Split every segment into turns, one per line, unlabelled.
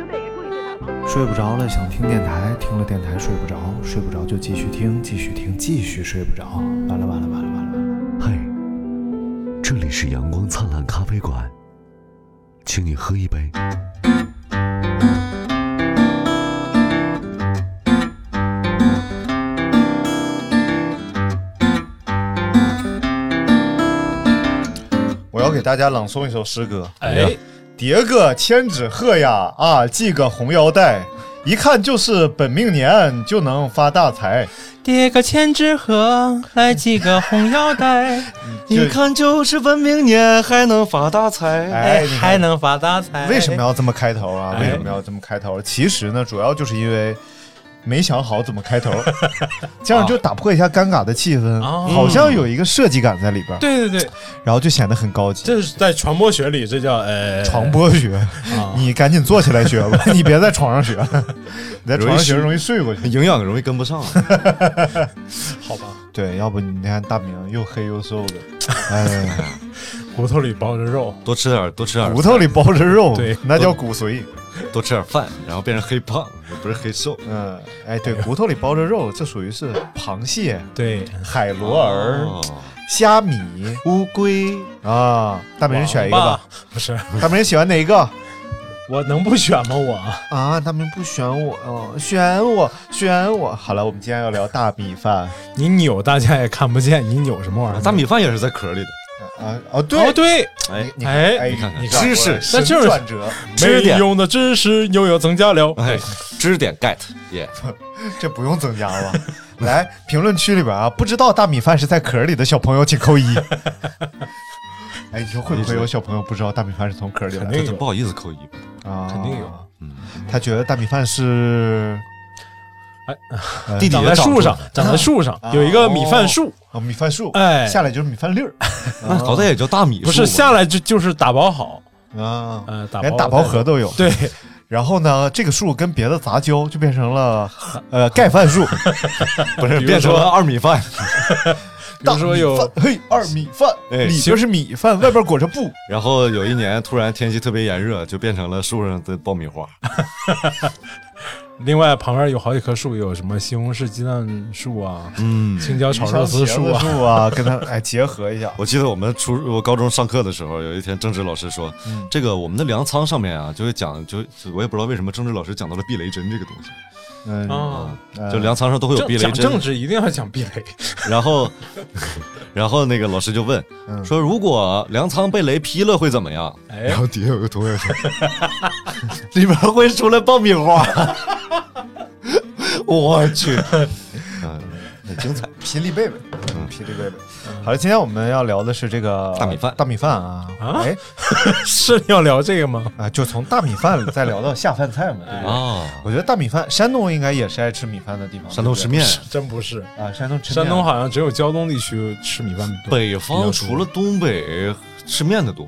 球队也注意对他防守。
睡不着了，想听电台，听了电台睡不着，睡不着就继续听，继续听，继续睡不着。完了完了完了完了完了！
嗨，这里是阳光灿烂咖啡馆，请你喝一杯。
我要给大家朗诵一首诗歌：
哎，
叠个千纸鹤呀，啊，系个红腰带，一看就是本命年就能发大财。
叠个千纸鹤，来几个红腰带，
就
你看嗯就是本命年还能发大财。
哎，你看
还能发大
哎
财。
为什么？要这么开头啊？
哎
为什么要这么开头？其实呢，主要就是因为没想好怎么开 头，这样就打破一下尴尬的气氛，
哦
啊
好像有一个设计感在里边，
对对对，
然后就显得很高级。
这是在传播学里，这叫呃
床播学，你赶紧坐起来学吧，你别在床上学，你在床上学容易睡过去。
营养容易跟不上。啊
好吧，
对，要不你看大明又黑又瘦的，哎，
骨头里包着肉，
多吃点，多吃点
骨头里包着肉，
对
那叫骨髓。
多吃点饭，然后变成黑胖，不是黑瘦。
嗯，哎，对，骨头里包着肉，这属于是螃蟹、
对，
海螺儿、
哦
虾米、乌龟啊。大明选一个吧，
不是
大明喜欢哪一个
我能不选吗？我
啊？大明不选我，哦，选我，选我。好了，我们今天要聊大米饭
你扭大家也看不见，你扭什么玩意儿？
大米饭也是在壳里的，
啊哦，对
哦，对，
哎，
你
哎
哎，
你看看
转
知
过来神
识
那就是
转折，
知
没
点
用的知识又有增加了。
哎，支点 get 耶，
这不用增加吧？来评论区里边啊，不知道大米饭是在壳里的小朋友请扣一。 哎，你说会不会有小朋友不知道大米饭是从壳里来
肯
的
定
这不好意思扣一。
哦
啊？
肯定有
嗯，
他觉得大米饭是
哎
呃
地
长在树上，长在树上
啊
有一个米饭树，
哦米饭树，
哎
下来就是米饭粒儿
那好歹也就大米
不是下来就就是打包好，
啊，
呃，打
连
包
打包盒都有。
对，
然后呢，这个树跟别的杂交就变成了呃盖饭 树，
不是变成了二米饭，
比如说有
大米饭嘿二米饭，
哎
里边是米饭，外边裹着布。
然后有一年突然天气特别炎热，就变成了树上的爆米花。
另外旁边有好几棵树，有什么西红柿鸡蛋树啊，
嗯，
青椒炒肉丝树
鱼香茄
啊，
子树啊，跟它哎结合一下。
我记得我们初我高中上课的时候，有一天政治老师说，
嗯
这个我们的粮仓上面啊，就会讲，就就我也不知道为什么政治老师讲到了避雷针这个东西，
嗯
啊，
嗯
就粮仓上都会有避
政
雷
讲政
针。
治一定要讲避雷，
然后， 然后那个老师就问
嗯
说，如果粮仓被雷劈了会怎么样？
哎，
后底下有个同学说， 里边会出来爆米 花。我去，嗯，很精彩。
霹雳贝贝，嗯，霹雳贝贝。好了，今天我们要聊的是这个
大米饭
大米饭啊，
啊
哎
是要聊这个吗？
啊，就从大米饭再聊到下饭菜嘛，对不对？
哦，
我觉得大米饭，山东应该也是爱吃米饭的地方。
山东
对
吃
不对
面，
真不是，
啊，山东吃面
山东好像只有胶东地区吃米饭多。
北方除了东北吃面的多，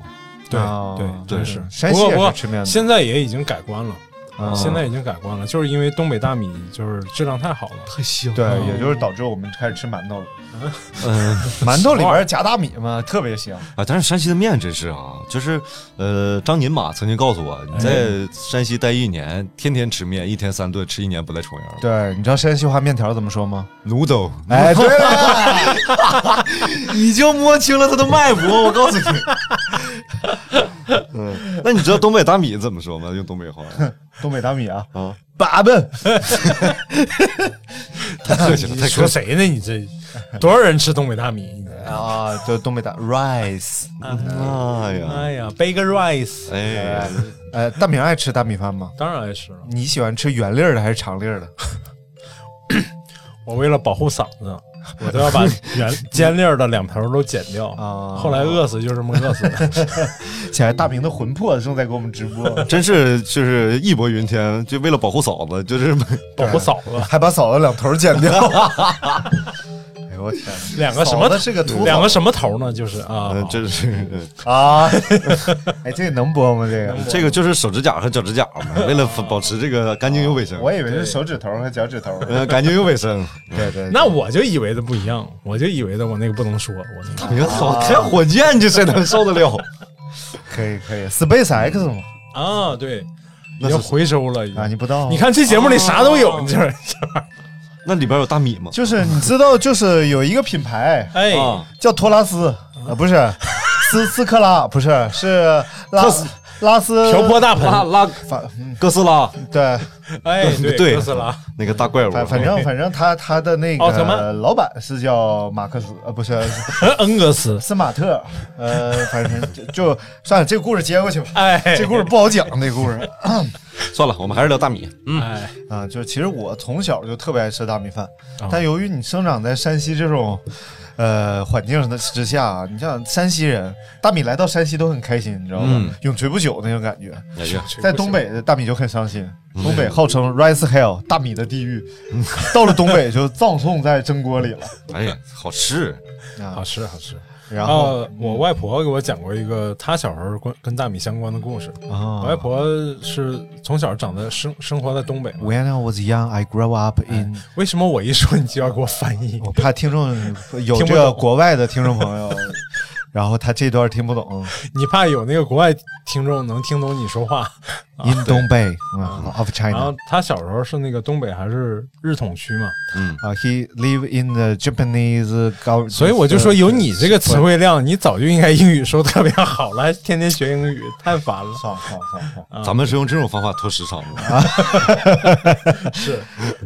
对
啊
对，
对
真是。
山
不
西
过不
也
过
是吃面的
现在也已经改观了，
啊
现在已经改观了，就是因为东北大米就是质量太好了。
太香
对
哦，
也就是导致我们开始吃馒头了。
嗯。
馒头里边夹大米嘛，特别香。
啊，但是山西的面真是啊，就是呃，张宁马曾经告诉我，你在山西待一年，天天吃面，一天三顿，吃一年不带重样的。
对，你知道山西话面条怎么说吗？
奴都，
哎，对了，
你就摸清了他的脉搏，我告诉你。 嗯，那你知道东北大米怎么说吗？用东北话
东北大米啊，
啊，
粑粑。
太客气了，
你
太
说
客气
谁呢？你这多少人吃东北 大米？
啊，就东北大 rice。
了。哎呀，
哎呀，Big Rice，
哎，
呃，大明爱吃大米饭吗？
当然爱吃了。
你喜欢吃圆粒儿的还是长粒儿的？
我为了保护嗓子，我都 要把圆尖粒儿的两头都剪掉。
啊
后来饿死就是这么饿死的。
显然大明的魂魄正在给我们直播，
真是就是义薄云天，就为了保护嫂子，就是
保护嫂子，
还把嫂子两头剪掉。哎我天，
两个什么
嫂子是个土呃
两
豪
个什么头呢？就是啊，
嗯，这是
啊！ 哎，这个能播吗？这个
这个就是手指甲和脚趾甲嘛，为了保持这个干净又卫生，
我以为是手指头和脚趾头。
呃，干净又卫生。
对对，
那我就以为的不一样，我就以为的我那个不能说，我那个
你哎好，开火箭这谁能受得了？
可以可以，Space X 嘛？
啊，对，已
那
经
是
回收了，已经
啊，你啊不知道？
你看这节目里啥都有，你这玩意儿
那里边有大米吗？
就是你知道，就是有一个品牌
哎，
啊，
叫托拉斯，呃，不是斯斯科拉，不是是拉
特斯
拉斯
瓢泼大
拉
盆，
拉
反嗯
哥斯拉
对，
哎，
对
特斯拉，
那个大怪物，嗯
反反正反正他他的那
奥特
个
曼
老板是叫马克思，呃，不是嗯
恩格斯，
斯马特，呃，反正就就算了，这个故事接过去吧。
哎，
这故事不好讲，这故事
算了，我们还是聊大米。
哎，
啊，就是其实我从小就特别爱吃大米饭
啊，
但由于你生长在山西这种呃环境的之下，啊你像山西人，大米来到山西都很开心，你知道吗
嗯？
永垂不朽那种感觉。
哎呀，
在东北的大米就很伤心，
嗯
东北号称 rice hell 大米的地狱，到了东北就葬送在蒸锅里了。
哎呀，好吃！
啊
好，吃好吃。
然后
啊我外婆给我讲过一个她小时候关跟大米相关的故事。我外
啊
婆是从小长在生生活在东北嘛。
，When I was young, I grew up in。
为什么我一说你就要给我翻译？
我怕听众有
听不
这个
懂
国外的听众朋友，然后他这段听不懂。
你怕有那个国外听众能听懂你说话？
In 东北啊，of
然
China
后她小时候是那个东北还是日统区嘛，
啊，He live in the Japanese 高。
所以我就说有你这个词，汇量，你早就应该英语说特别好了，还天天学英语，太烦 了。
算了算了算了算
啊
了
咱们是用这种方法拖时长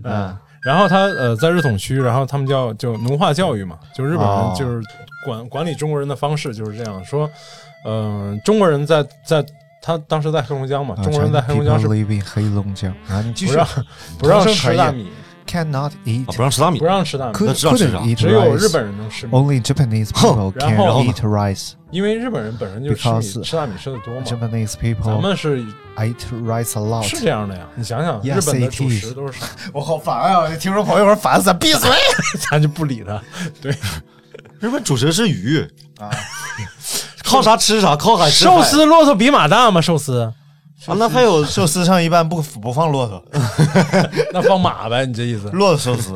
的。
然后他呃在日统区，然后他们叫就文化教育嘛，就日本
哦
人就是管、管理中国人的方式就是这样说，嗯、中国人在在他当时在黑龙江嘛，
啊
中国人在黑龙江是
Chinese people live in 黑龙江啊，你继
不
续
让不让
同声
吃
传
大
译
米，
cannot eat
啊，不让吃大米
不，让吃大米，
那
could-
知道吃啥
couldn't eat
只有日
rice。
本人能吃米，
Only Japanese people
然后
can eat rice.
因为日本人本身就吃米
Because-
吃大米吃的多嘛。
Japanese
咱
people
们是
eat rice a
是
lot.
这样的呀，你想想，
Yes,
日本的
it
主
is
食都是啥，
我好烦啊！听众朋友们烦死了，闭嘴！
咱就不理他。对，
日本主食是鱼啊， 靠啥吃啥，靠海吃海
寿司骆驼比马大吗？寿司
啊，那还有
寿司上一般不不放骆驼，
那放马呗，你这意思？
骆驼寿司。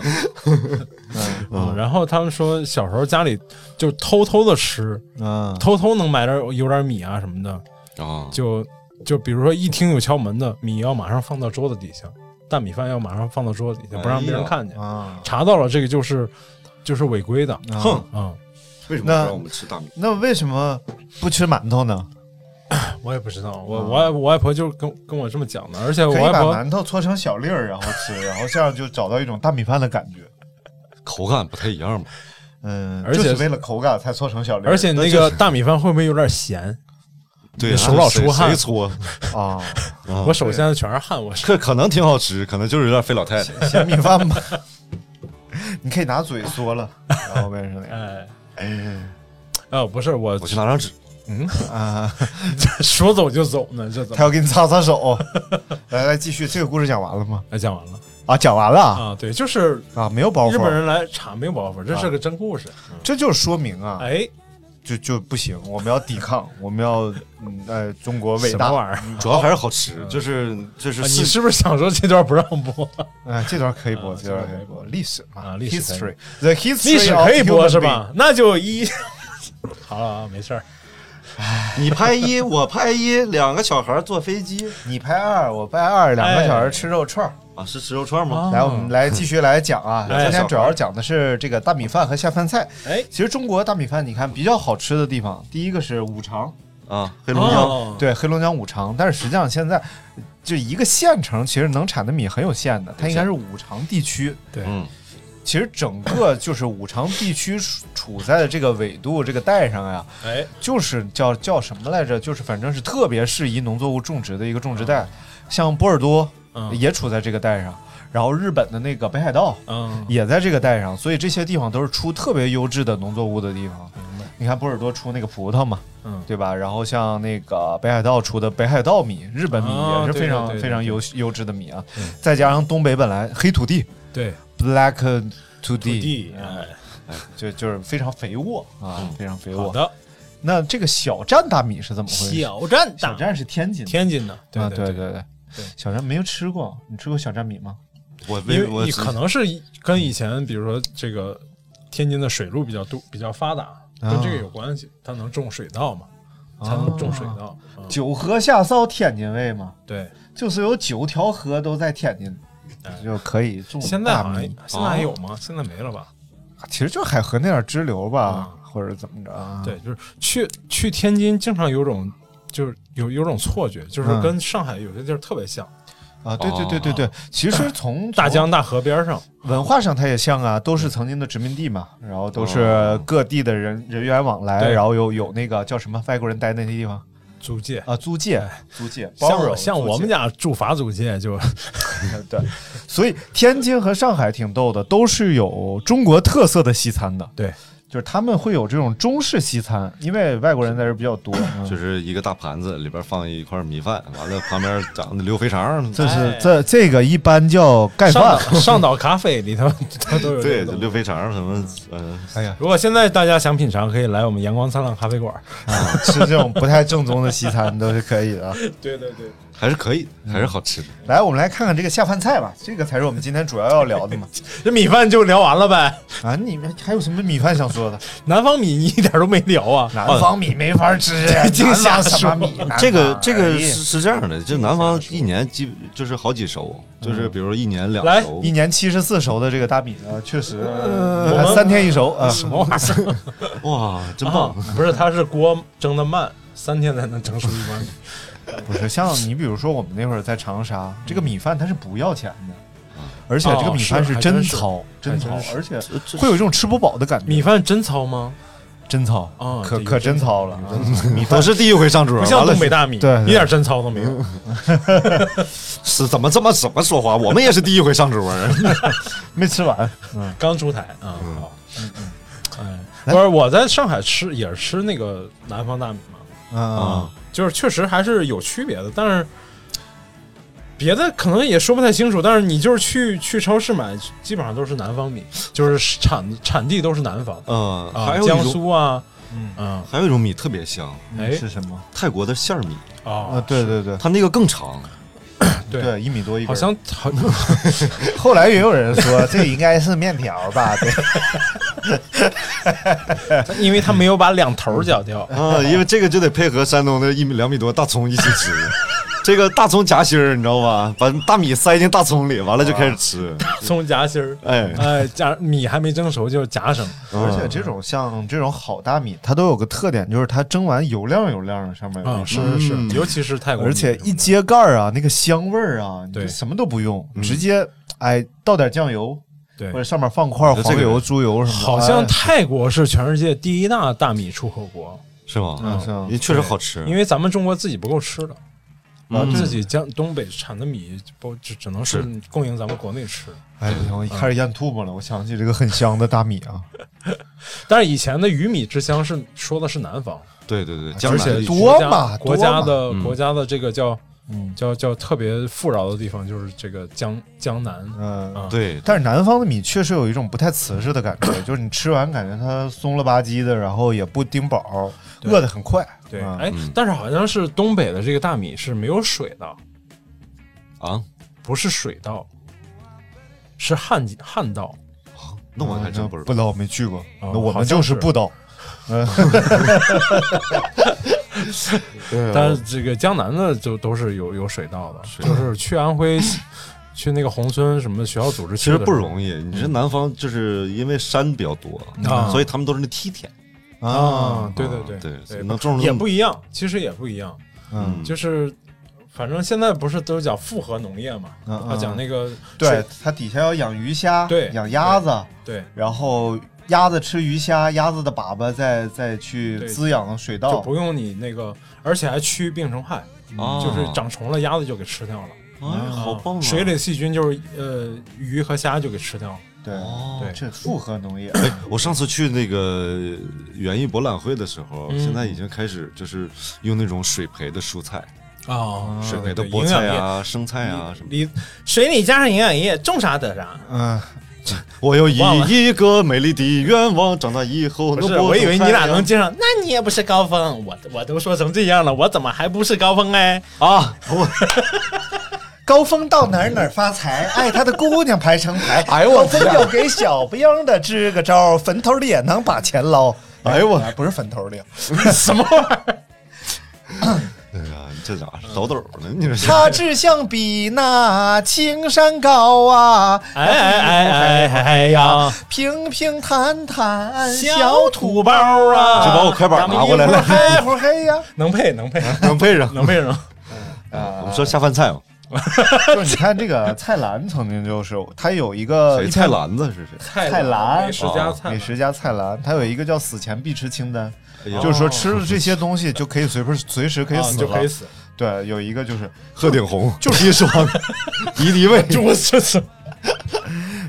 啊，然后他们说小时候家里就偷偷的吃，
嗯，
偷偷能买点有点米啊什么的，
啊，
就就比如说一听有敲门的，米要马上放到桌子底下，大米饭要马上放到桌子底下，不让别人看见，
啊，
查到了这个就是就是违规的。
哼，
啊、
为什么不
那
让我们吃大米？
那为什么不吃馒头呢？
我也不知道，嗯我我外我外婆就是跟跟我这么讲的，而且我
可以
外
把
婆
馒头搓成小粒儿，然后吃，然后这样就找到一种大米饭的感觉。
口感不太一样嘛。
嗯，
而且
就是为了口感才搓成小粒儿。
而且那个大米饭会不会有点咸？
对
你
啊，
手老
谁
出汗
谁搓？
啊，
我手现在全是汗，我是
这可能挺好吃，可能就是有点费老太太。
咸米饭吧， 你可以拿嘴嗦了，然后变成那
哎。呃，不是我
我去拿张纸，
嗯
个啊，
说走就走呢，这怎
他
么？
要给你擦擦手。 来来，继续，这个故事讲完了吗？
哎，讲完了
啊，讲完了啊
啊，对，就是
啊，没有包
日本
袱，
人来查没有包袱，这是个真故事。
这就是说明啊，
哎，
就就不行，我们要抵抗，我们要嗯，哎，中国伟
什么
大。
玩意儿？啊
主要还是好吃，就是就是
你
四
是不是想说这段不让播？
哎，这段可以播，这段
啊这段
可
可
以
以
播，历史嘛，
啊历史可
history，the
以
history，
历史可以播是？吧？那就一 好了啊，没事儿。
你拍一，我拍一，两个小孩坐飞机
你拍二，我拍二，两个小
哎
时吃肉串儿。
啊，是吃肉串吗？
来，我们来继续来讲啊，
哎
今天主要讲的是这个大米饭和下饭菜。
哎
其实中国大米饭，你看比较好吃的地方，第一个是五常，
啊，黑龙江
哦，
对，黑龙江五常。但是实际上现在就一个县城，其实能产的米很有限的，它应该是五常地区。
对
嗯，
其实整个就是五常地区处处在的这个纬度这个带上呀，
哎，
就是叫叫什么来着？就是反正是特别适宜农作物种植的一个种植带，像波尔多
嗯
也处在这个带上，然后日本的那个北海道
嗯，
也在这个带上，所以这些地方都是出特别优质的农作物的地方。你看波尔多出那个葡萄嘛，
嗯
对吧？然后像那个北海道出的北海道米，日本米
啊
也是
对
非
对
常
对对
非常
对嗯
优优质的米啊，再加上东北本来黑土地
对，
（black 土
土
地
地，哎
啊就就是非常肥沃啊，非常肥
嗯好
沃。
的，
那这个小站大米是怎么回事？
小站
小
大
站是天津的
天津的，
啊，
对
对对对
对，
小站没有吃过，你吃过小站米吗？
我
因
为
为
我
你可能是跟以前，比如说这个天津的水路比较多、比较发达，
啊
跟这个有关系，它能种水稻嘛，它能种
哦
水稻。嗯
九河下骚天津卫嘛，
对，
就是有九条河都在天津，就可以种
哎现在
哦大哦
好像
米，
现在还有吗？现在没了吧？
其实就是海河那点支流吧，或者怎么着啊？
对，就是去去天津，经常有种就是有有种错觉，就是
嗯
跟上海有些地儿特别像，
啊，对对对对对，其实从
哦 大江大河边上，
文化上它也像啊，都是曾经的殖民地嘛，然后都是各地的人人员往来，
对
然后有有那个叫什么外国人待那些地方
租界。
啊，租界，租界，
哎像
borrow，
我像我们
租界
家住法租界就
对，所以天津和上海挺逗的，都是有中国特色的西餐的，
对，
就是他们会有这种中式西餐，因为外国人在这儿比较多，嗯
就是一个大盘子里边放一块米饭，完了旁边长的溜肥肠，
这是这这个一般叫盖
上
饭
岛，上岛咖啡里头 它都有这个
哎对，就
东西
溜肥肠什么，嗯，
哎呀，
如果现在大家想品尝，可以来我们阳光灿烂咖啡馆。
啊吃这种不太正宗的西餐都是可以的。
对对对，
还是可以，还是好吃的。
来，我们来看看这个下饭菜吧，这个才是我们今天主要要聊的嘛。
这米饭就聊完了呗。
啊，你们还有什么米饭想说的？
南方米你一点都没聊啊，
南
哦
方米没法吃，
净
南
瞎
方什么
说
米？南
这个
方
这个
哎
是是这样的，就南方一年基就是好几熟，就是比如一年两
来
熟
一，年七十四熟的这个大米呢，确实，
我
呃
们
三天一熟啊。
什么玩意儿？
哇，真
啊
棒！，
不是，它是锅蒸的慢，三天才能蒸熟一碗米。
不是，像 你比如说我们那会儿在长沙，这个米饭它是不要钱的，而且这个米饭
哦是还
真
真是
糙，真
还
糙
真，是
而且
嗯这这
会有一种吃不饱的感觉。
米饭真糙吗？
真糙
啊
可
这个
可真
真
糙
糙
了啊。米 饭
都是第一回上桌，
不像
完了
东北大米，
对对
一点真糙都没有。
是怎么这么怎么说话？我们也是第一回上桌啊。
没吃完，
刚出台啊，好，哎，不是，我在上海吃也是吃那个南方大米嘛，
啊
嗯，
就是确实还是有区别的，但是别的可能也说不太清楚。但是你就是去去超市买，基本上都是南方米，就是产产地都是南方
嗯，还
啊，
有一
江
种
苏啊，
嗯
嗯，
还有一种米特别香，
哎
是什么？
泰国的馅儿米，
啊，
啊，
对对对
它那个 更长。
对
对，一米多一根儿。
好像好
后来也有人说这应该是面条 吧？对，
因为他没有把两头绞掉，
啊，因为这个就得配合山东的一米两米多大葱一起吃，这个大葱夹心儿，你知道吧？把大米塞进大葱里，完了就开始吃。
葱夹心儿，
哎
哎，夹米还没蒸熟就夹生，
嗯
而且这种像这种好大米，它都有个特点，就是它蒸完油亮油亮的，上面有那
啊，
个
是是是，尤其是泰国米，
而且一揭盖儿啊，那个香味儿啊，你就
对嗯
什么都不用，直接哎倒点酱油，
对
或者上面放块
觉得这
黄
个
油、猪油什么的，
好像
哎
泰国是全世界第一大大米出口国，
是吗
嗯？是啊
也确实好吃。
因
为
为咱们中国自己不够吃了，
嗯
啊，自己江东北产的米不只只能是供应咱们国内吃。
哎不
嗯
行，我一开始咽吐沫了，我想起这个很香的大米 啊，
但是以前的鱼米之乡是说的是南方，
对对对，江
而
南
且
地区
多嘛
国
多
家国家
嘛
的国家的这个叫
嗯
叫叫特别富饶的地方就是这个江江南，
嗯。
啊
对，
但是南方的米确实有一种不太瓷实的感觉，就是你吃完感觉它松了吧唧的，然后也不顶饱，
对
饿得很快。
对，
嗯
哎，但是好像是东北的这个大米是没有水的，
啊，
不是水稻，是旱季旱稻。
那我还真不知
不
道。
知道，我没去过。
哦
那我
好
们
像
就是
是
不懂。
但是这个江南的就都是有有水稻的，就是去安徽，去那个红村什么学校组织
其
去
实
的
不容易，你这南方就是因为山比较多，
啊
所以他们都是那梯田，
啊，对对
啊
对
对
对，
能种
也
那么
不一样，其实也不一样，
嗯，
就是反正现在不是都讲复合农业嘛，
嗯嗯
他讲那个
对
水，
它底下要养鱼虾，
对
养鸭子，
对，
然后鸭子吃鱼虾，鸭子的粑粑再再去
对
滋养水
就
稻。
不用你那个，而且还驱病虫害，嗯
啊
就是长虫了鸭子就给吃掉了，
哎，好棒啊！
水里的细菌就是呃鱼和虾就给吃掉了，
对，
哦
对
这复合农业。
哎，我上次去那个园艺博览会的时候，
嗯
现在已经开始就是用那种水培的蔬菜，
啊
水培的
对
菠
营养
菜
液
啊、生菜啊什么的。
离水里加上营养液，种啥得啥。
嗯，
我有一
忘了
一个美丽的愿望，长大以
不
后能
是，
播
我以
种
为你
太
俩
阳
能接上。那你也不是高峰，我我都说成这样了，我怎么还不是高峰哎？
啊！我
高峰到哪儿哪儿发财，爱他的姑娘排成排。
哎呦我
高峰要给小不英的支个招，坟头里也能把钱捞。啊
哎呦我
不是坟头里，
什么玩意儿？
哎呀，这咋是抖抖呢？你这是
他志向比那青山高啊！
哎哎哎哎哎呀！
平平坦坦
小土包啊！
就把我快板拿过来了
嗨乎哎嘿呀！
能配能 配
能配上？
能 配上。
啊
我们说下饭菜啊嘛？
就是你看这个蔡澜曾经就是他有呃一个
谁菜篮子是谁？
蔡澜
美食家
哦
菜
美
篮
食家蔡澜，他有一个叫死前必吃清单，
哎呀
就是说吃了这些东西就可以随便随时可以
啊
死
你
了，
就可以死。
对，有一个就是
鹤顶红，砒霜，敌敌 畏，
就我这是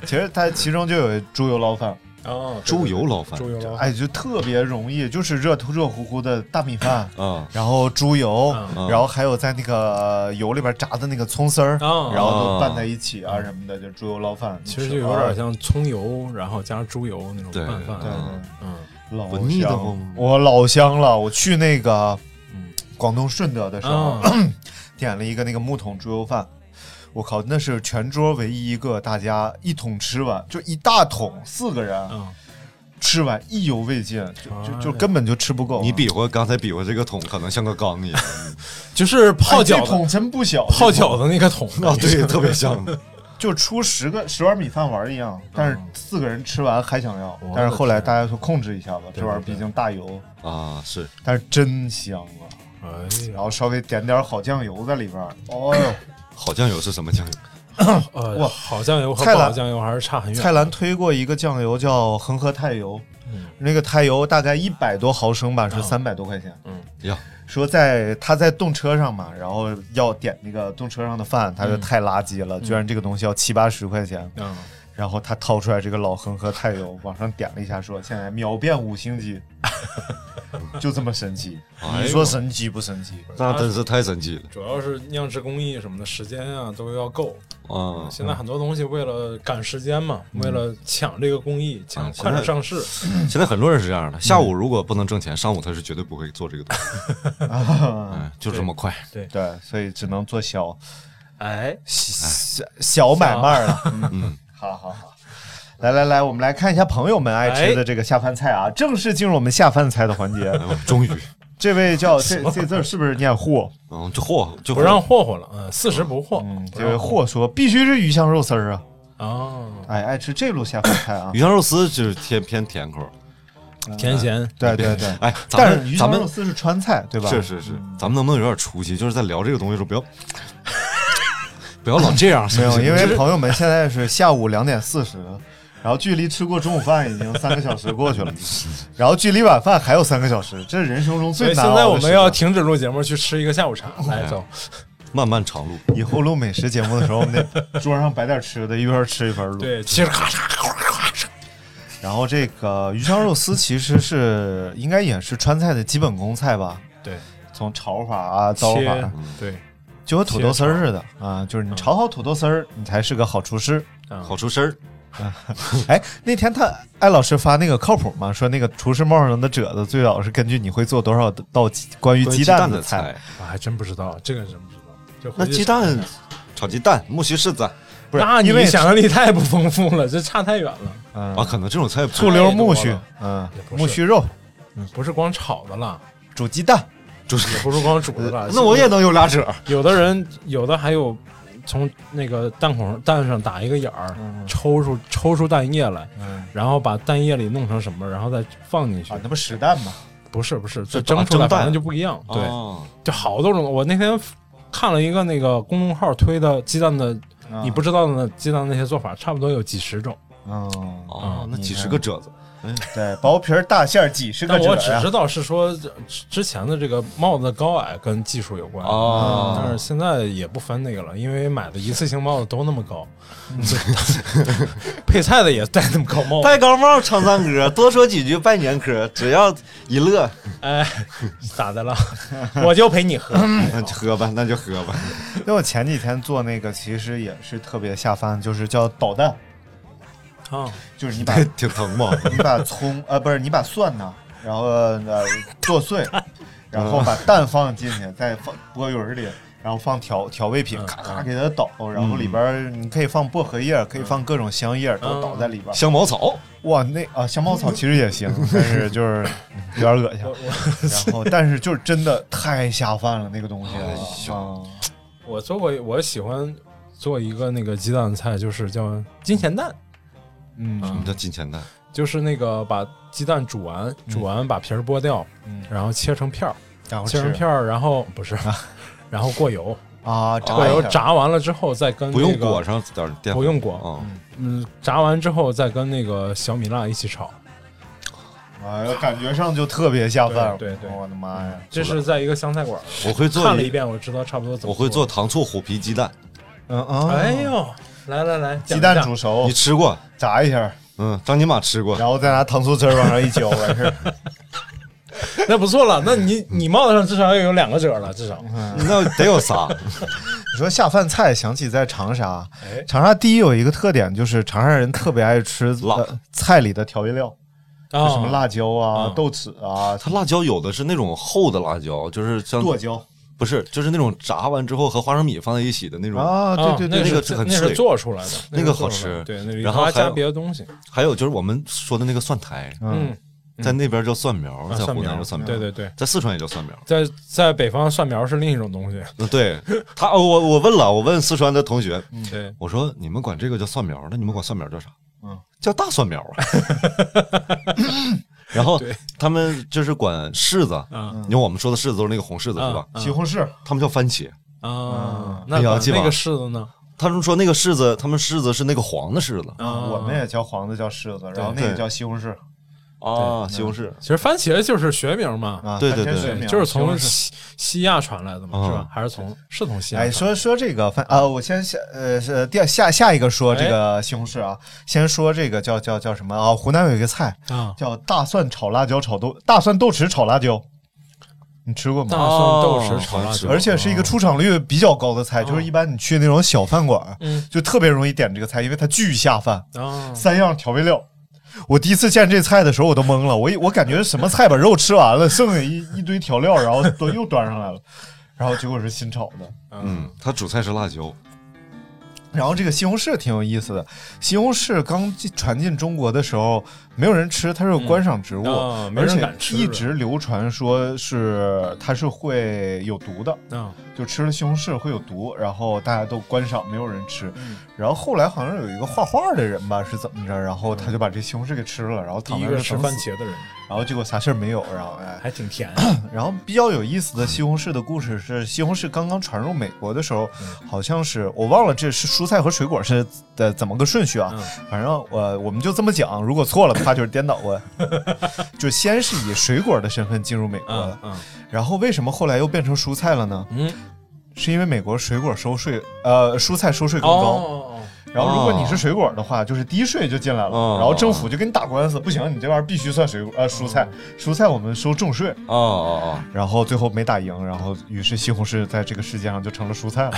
其实它其中就有猪油捞饭，
哦，对
猪油捞饭
猪油捞饭
哎，就特别容易，就是热热乎乎的大米饭，
啊！
然后猪油，
嗯
然后还有在那个油里边炸的那个葱丝儿，
哦
然后都拌在一起啊什么的，就猪油捞饭，啊
其实就有点像葱油，然后加上猪油那种
对
拌
对。
饭。
对
嗯，
老
不腻得慌
香，我老香了。我去那个嗯广东顺德的时候，
啊，
点了一个那个木桶猪油饭，我靠，那是全桌唯一一个大家一桶吃完，就一大桶，四个人
嗯
吃完意犹未尽，就就就
哎
根本就吃不够。
你比划刚才比划这个桶，可能像个 缸一样
就是
哎
泡
这
饺子
桶真不小，
泡
这桶
饺子那个桶
啊， 对，特别像。
就出十个十碗米饭丸一样，但是四个人吃完还想要
嗯我，的
但是后来大家说控制一下吧，
对
这玩意儿
对对
毕竟大油，
啊，是
但是真香啊。
哎
然
呀，
后稍微点点好酱油在里边儿，哦呦。
好酱油是什么酱油？
呃
哇
好酱油和
菜
不好
篮
酱油还是差很远。
蔡澜推过一个酱油叫恒河太油，
嗯
那个太油大概一百多毫升吧，
啊
是三百多块钱。
呀，
说在他在动车上嘛，然后要点那个动车上的饭，他
嗯
说太垃圾了，居然这个东西要七八十块钱。
嗯，
然后他掏出来这个老恒河太油，往上点了一下，说现在秒变五星 级，就这么神奇。
哎呦
你说神奇不神奇？
那真是太神奇
主要是酿制工艺什么的，时间啊都要够。
了啊！
现在很多东西为了赶时间嘛，
嗯
为了抢这个工艺，抢
啊
快点上市。
现在很多人是这样的，下午如果不能挣钱，上午他是绝对不会做这个东西， 嗯，就这么快。
对，所以只能做小
哎，
小小买卖了。
嗯，
好好好，来来来，我们来看一下朋友们爱吃的这个下饭菜啊，正式进入我们下饭菜的环节
哎。呦终于，
这位叫这这字儿是不是念霍？
嗯，就嚯，就
不让霍霍了，嗯，四十不霍。
嗯，这位霍说必须是鱼香肉丝儿啊，
哦，
哎，爱吃这路下饭菜啊
鱼。香肉丝就是偏偏甜口。
甜咸
嗯对对对，
哎，咱
但是
们
鱼
咱
香
们
肉丝是川菜对吧？
是是是，咱们能不能有点出息？就是在聊这个东西的时候，不要 不要老这 样，是
没
不是
有，因为朋友们现在是下午两点四十，然后距离吃过中午饭已经三个小时过去了，然后距离晚饭还有三个小时，这是人生中
所
最
以
难
现
熬的
在我
时嗯
们
间
要停止录节目，去吃一个下午茶。来
呀
走，
漫漫长路，
以后录美食节目的时候，我们 得桌上摆点吃的，一边吃一边录。
对，其实咔嚓咔嚓咔嚓，
然后这个鱼香肉丝其实是应该也是川菜的基本功菜吧，
对，
从炒法啊、刀
切嗯
法，，
对，
就和土豆丝儿似的啊，就是你炒好土豆丝儿，你才是个好厨师。
好
好出声儿。
哎，那天他艾老师发那个靠谱嘛，说那个厨师帽上的褶子最早是根据你会做多少道鸡关于
关于
鸡蛋
蛋
的菜。
菜，
我啊还真不知道，这个真不知道。这回
那
去
鸡
查
蛋
一下，
炒鸡蛋，木须柿子
不是
那
因为
你想象力太不丰富了，这差太远了。
啊，
嗯，
可能这种菜不
醋溜木
太
须
多了，
嗯
也，不是
木须肉
嗯不是光炒的了，
煮鸡蛋，
就是
也不是光煮的
呃
了。
那我也能有俩褶儿。
有的人有的还有从那个蛋孔蛋上打一个眼儿，抽出抽出蛋液来，
嗯
然后把蛋液里弄成什么，然后再放进去
啊，。那不实蛋嘛，
不是不是，
这
就蒸出来
蒸蛋
反正就不一样。对，
哦
就好多种。我那天看了一个那个公众号推的鸡蛋的，
啊
你不知道的鸡蛋那些做法，差不多有几十种。
嗯，
哦
嗯，
那几十个褶子，
对，薄皮儿大馅儿几十个
但
褶
我
儿
只
啊
知道是说这之前的这个帽子的高矮跟技术有关。
哦
但是现在也不分那个了，因为买的一次性帽子都那么高， 所以配菜的也戴那么高帽子。
戴高帽唱赞歌， 多说几句拜年歌，只要一乐，
哎，咋的了？我就陪你喝。
那就喝吧，那就喝吧。
因为我前几天做那个其实也是特别下饭，就是叫捣蛋，
啊，
就是你 把
挺疼吧？
你把葱啊，不是你把蒜呐，然后呃剁 碎，然后把蛋放进去，再放钵盂儿里，然后放调调味
嗯
品，咔咔给它倒，然后里边儿你可以放薄荷叶，
嗯
可以放各种香叶，都倒在里边儿。
香茅草，
哇，那啊香茅草其实也 行，但是就是有点恶心。然后，但是就是真的太下饭了，那个东
哎
西啊，
我做过，我喜欢做一个那个鸡蛋菜，就是叫金钱蛋。
什
嗯
么，叫金钱蛋？
就是那个把鸡蛋煮完，煮完把皮儿剥掉，
嗯
然后切成片儿，
然后
切成
吃
片儿，然后不是，然后过油，
啊，炸
过
一
油
下，
哎炸完了之后再跟
不
那
用
个
裹上点儿淀粉，
不用裹
啊，
嗯，炸完之后再跟那个小米辣一起炒，
哎呀，感觉上就特别下饭。
对对对
我的妈呀！
这是在一个湘菜馆儿
我会做
看了
一
一遍，我知道差不多怎么。
我会做。糖醋虎皮鸡蛋，
嗯啊，
哎呦，来来来，
鸡
讲
蛋
讲
煮熟
你吃过？
炸一下，
嗯，张金马吃过。
然后再拿糖醋汁儿往上一 浇，完事儿。
那不错了，那
嗯
你你帽子上至少要有两个褶了，至少。哎
那得有仨，
你说下饭菜，想起在长沙，
哎
长沙第一有一个特点就是长沙人特别爱吃
辣
呃菜里的调味料，
啊，
就什么？辣椒啊
嗯、
豆豉啊、
它辣椒有的是那种厚的辣椒，就是像
剁椒
不是，就是那种炸完之后和花生米放在一起的那种。
啊，对对
那
对，
那个
是
很
那是
脆
做出来的，
那
是
个
做
好
出来的
吃
对，那里
然后
还
还
加
有
别的东西。
还有就是我们说的那个蒜苔，
嗯，
嗯，
在那边叫蒜苗，
啊蒜
在湖南
苗
叫蒜苗，
对对对，
在四川也叫蒜苗。
在在北方蒜苗是另一种东西。
嗯，对他，哦我我问了，我问四川的同学，
对，
我说你们管这个叫蒜苗，那你们管蒜苗叫啥？
嗯，
叫大 蒜苗啊。然后
对
他们就是管柿子，
嗯
你看我们说的柿子都是那个红柿子是吧？
西红柿
他们叫番茄。
啊
嗯，
那
哎呀
把
记吧
那个柿子呢？
他们说那个柿子，他们柿子是那个黄的柿子
啊，
我们也叫黄的叫柿子，然后那
对
个叫西红柿
啊，西红柿。
其实番茄就是学名嘛，
啊，
对对
番茄
对
水
对，
苗
就是
西
从
红柿
西西亚传来的嘛，
嗯
是吧？还是从是从西亚传
哎，
来的？
说说这个饭啊，我先下呃是第二下下一个说这
哎
个西红柿啊，先说这个叫叫叫什么啊？湖南有一个菜
啊，
哦
叫大蒜炒辣椒炒豆，大蒜豆豉炒辣椒，你吃过
大
吗？
蒜豆豉
哦
炒
好
辣
像是
椒，
而且是一个出场率比较高的
啊
菜，就是一般你去那种小饭馆，
嗯
就特别容易点这个菜，因为它巨下饭，
啊，
三样调味料。我第一次见这菜的时候，我都懵了，我以我感觉什么菜把肉吃完了，剩下一 一堆调料，然后都又端上来了，然后结果是新炒的。
嗯，他主菜是辣椒，
然后这个西红柿挺有意思的，西红柿刚进传进中国的时候，没有人吃，它是有观赏植物，
嗯啊没
而
人
且
敢吃
一直流传说是它是会有毒的，
啊
就吃了西红柿会有毒，然后大家都观赏，没有人吃。
嗯
然后后来好像有一个画画的人吧，是怎么着？然后他就把这西红柿给吃了，然后
第
躺
一
在
个
那
吃
等
番
死，
茄的人
然后结果啥事儿没有，然后哎，
还挺甜，
然后比较有意思的西红柿的故事是，西红柿刚刚传入美国的时候，好像是我忘了这是蔬菜和水果是的怎么个顺
嗯
序啊？反正我、我们就这么讲，如果错了 的话就是颠倒过。就先是以水果的身份进入美国的
嗯，嗯
然后为什么后来又变成蔬菜了呢？
嗯，
是因为美国水果收税，呃，蔬菜收税更高。
哦，
然后如果你是水果的话，就是低税就进来了，
哦
然后政府就跟你打官司，不行，你这玩意儿必须算水果呃蔬菜，蔬菜我们收重税。
哦哦
然后最后没打赢，然后于是西红柿在这个世界上就成了蔬 菜了。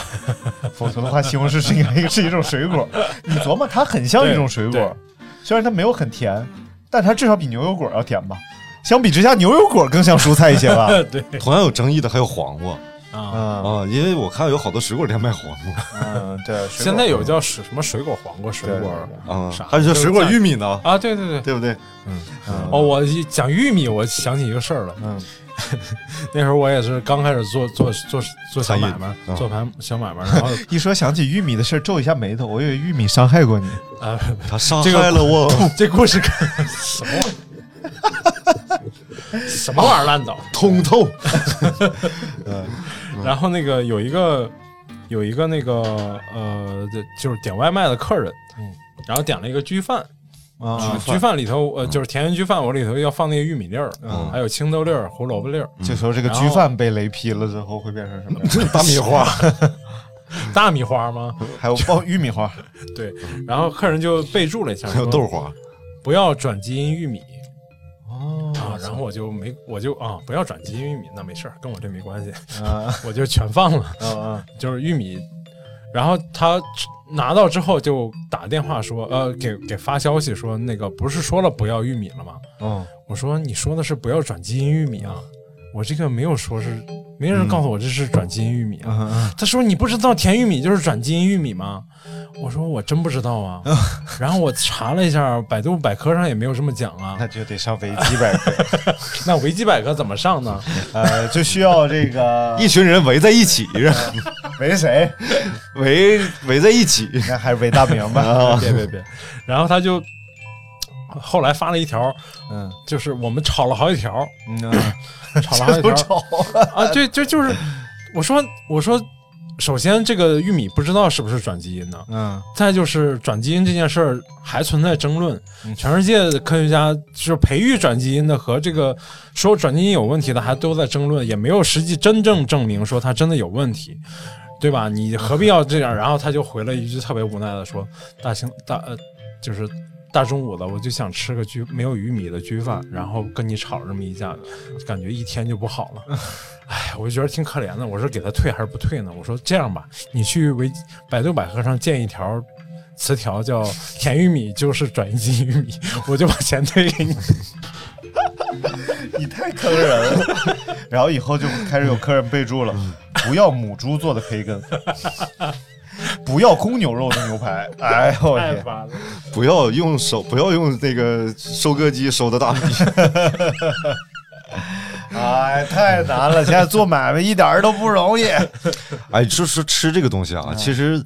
否则的话，西红柿是应该是一种水果。你琢磨，它很像一种水
对对
果，虽然它没有很甜，但它至少比牛油果要甜吧。相比之下，牛油果更像蔬菜一些 吧。
呃 对
哦，同样有争议的还有黄瓜
啊，
嗯
啊，因为我看有好多水果店卖黄瓜
嗯，对。水果
现在有叫水什么水果黄瓜、水果嗯
啊
啥，的，
还有
就是
水果
在
玉米呢，
啊，对对对。
对不对？
哦，我一讲玉米，我想起一个事儿了。
嗯，
那时候我也是刚开始做做做做小
餐饮
买卖，
嗯
做盘小买卖，然后
一说想起玉米的事儿，皱一下眉头。我以为玉米伤害过你。
啊，
他伤
这个
害了我，
这故事看什么玩意儿？ 什么玩意儿烂糟？
通透。
然后那个有一个有一个那个呃，这就是点外卖的客人，然后点了一个焗饭，
啊，
嗯
焗饭里头呃就是田园焗饭，我里头要放那个玉米粒儿，
嗯
还有青豆粒儿、胡萝卜粒儿、
这时候这个焗饭被雷劈了之后会变成什么样？
大米花，嗯
大米花吗？
还有爆 玉米花。
对，然后客人就备注了一下，
还有
说
豆花，
不要转基因玉米
哦
啊，
嗯
然后我就没我就啊不要转
嗯
基因玉米，那没事儿，跟我这没关系，
啊
我就全放了，
啊啊！
就是玉米。然后他拿到之后就打电话说，呃，给给发消息说那个不是说了不要玉米了吗？
嗯，
我说你说的是不要转基因玉米啊，我这个没有说是，没人告诉我这是转基因玉米啊。他说你不知道甜玉米就是转基因玉米吗？我说我真不知道 啊。然后我查了一下，百度百科上也没有这么讲啊
那。就得上维基 百科，
那维基百科怎么上呢？
呃，就需要这个
一群人围在一起， 然后
围谁？
围围在一起，
你看还是韦大明吧。
啊
别别别！然后他就后来发了一条，
嗯
就是我们吵了好几 条，
嗯，
吵了好几
不
条
吵。
啊，对，就就是我说我说，首先这个玉米不知道是不是转基因呢，
嗯
再就是转基因这件事儿还存在争论，全世界的科学家就是培育转基因的和这个说转基因有问题的还都在争论，也没有实际真正证明说它真的有问题，对吧？你何必要这样？然后他就回了一句特别无奈的说：“大兴大呃，就是大中午的，我就想吃个焗没有玉米的焗饭，然后跟你吵这么一架，感觉一天就不好了。” 哎，我就觉得挺可怜的。我说给他退还是不退呢？我说这样吧，你去维百度百科上建一条词条叫“甜玉米就是转移基因玉 米”，我就把钱退 给你。
你太坑人了。 然后以后就开始有客人备注了，不要母猪做的培根， 不要公牛肉的牛排。哎呦我天！
烦了！
不要用手，不要用那个收割机收的大米。
哎，太难了，现在做买卖一点儿都不容易。
哎，就说吃这个东西啊，其实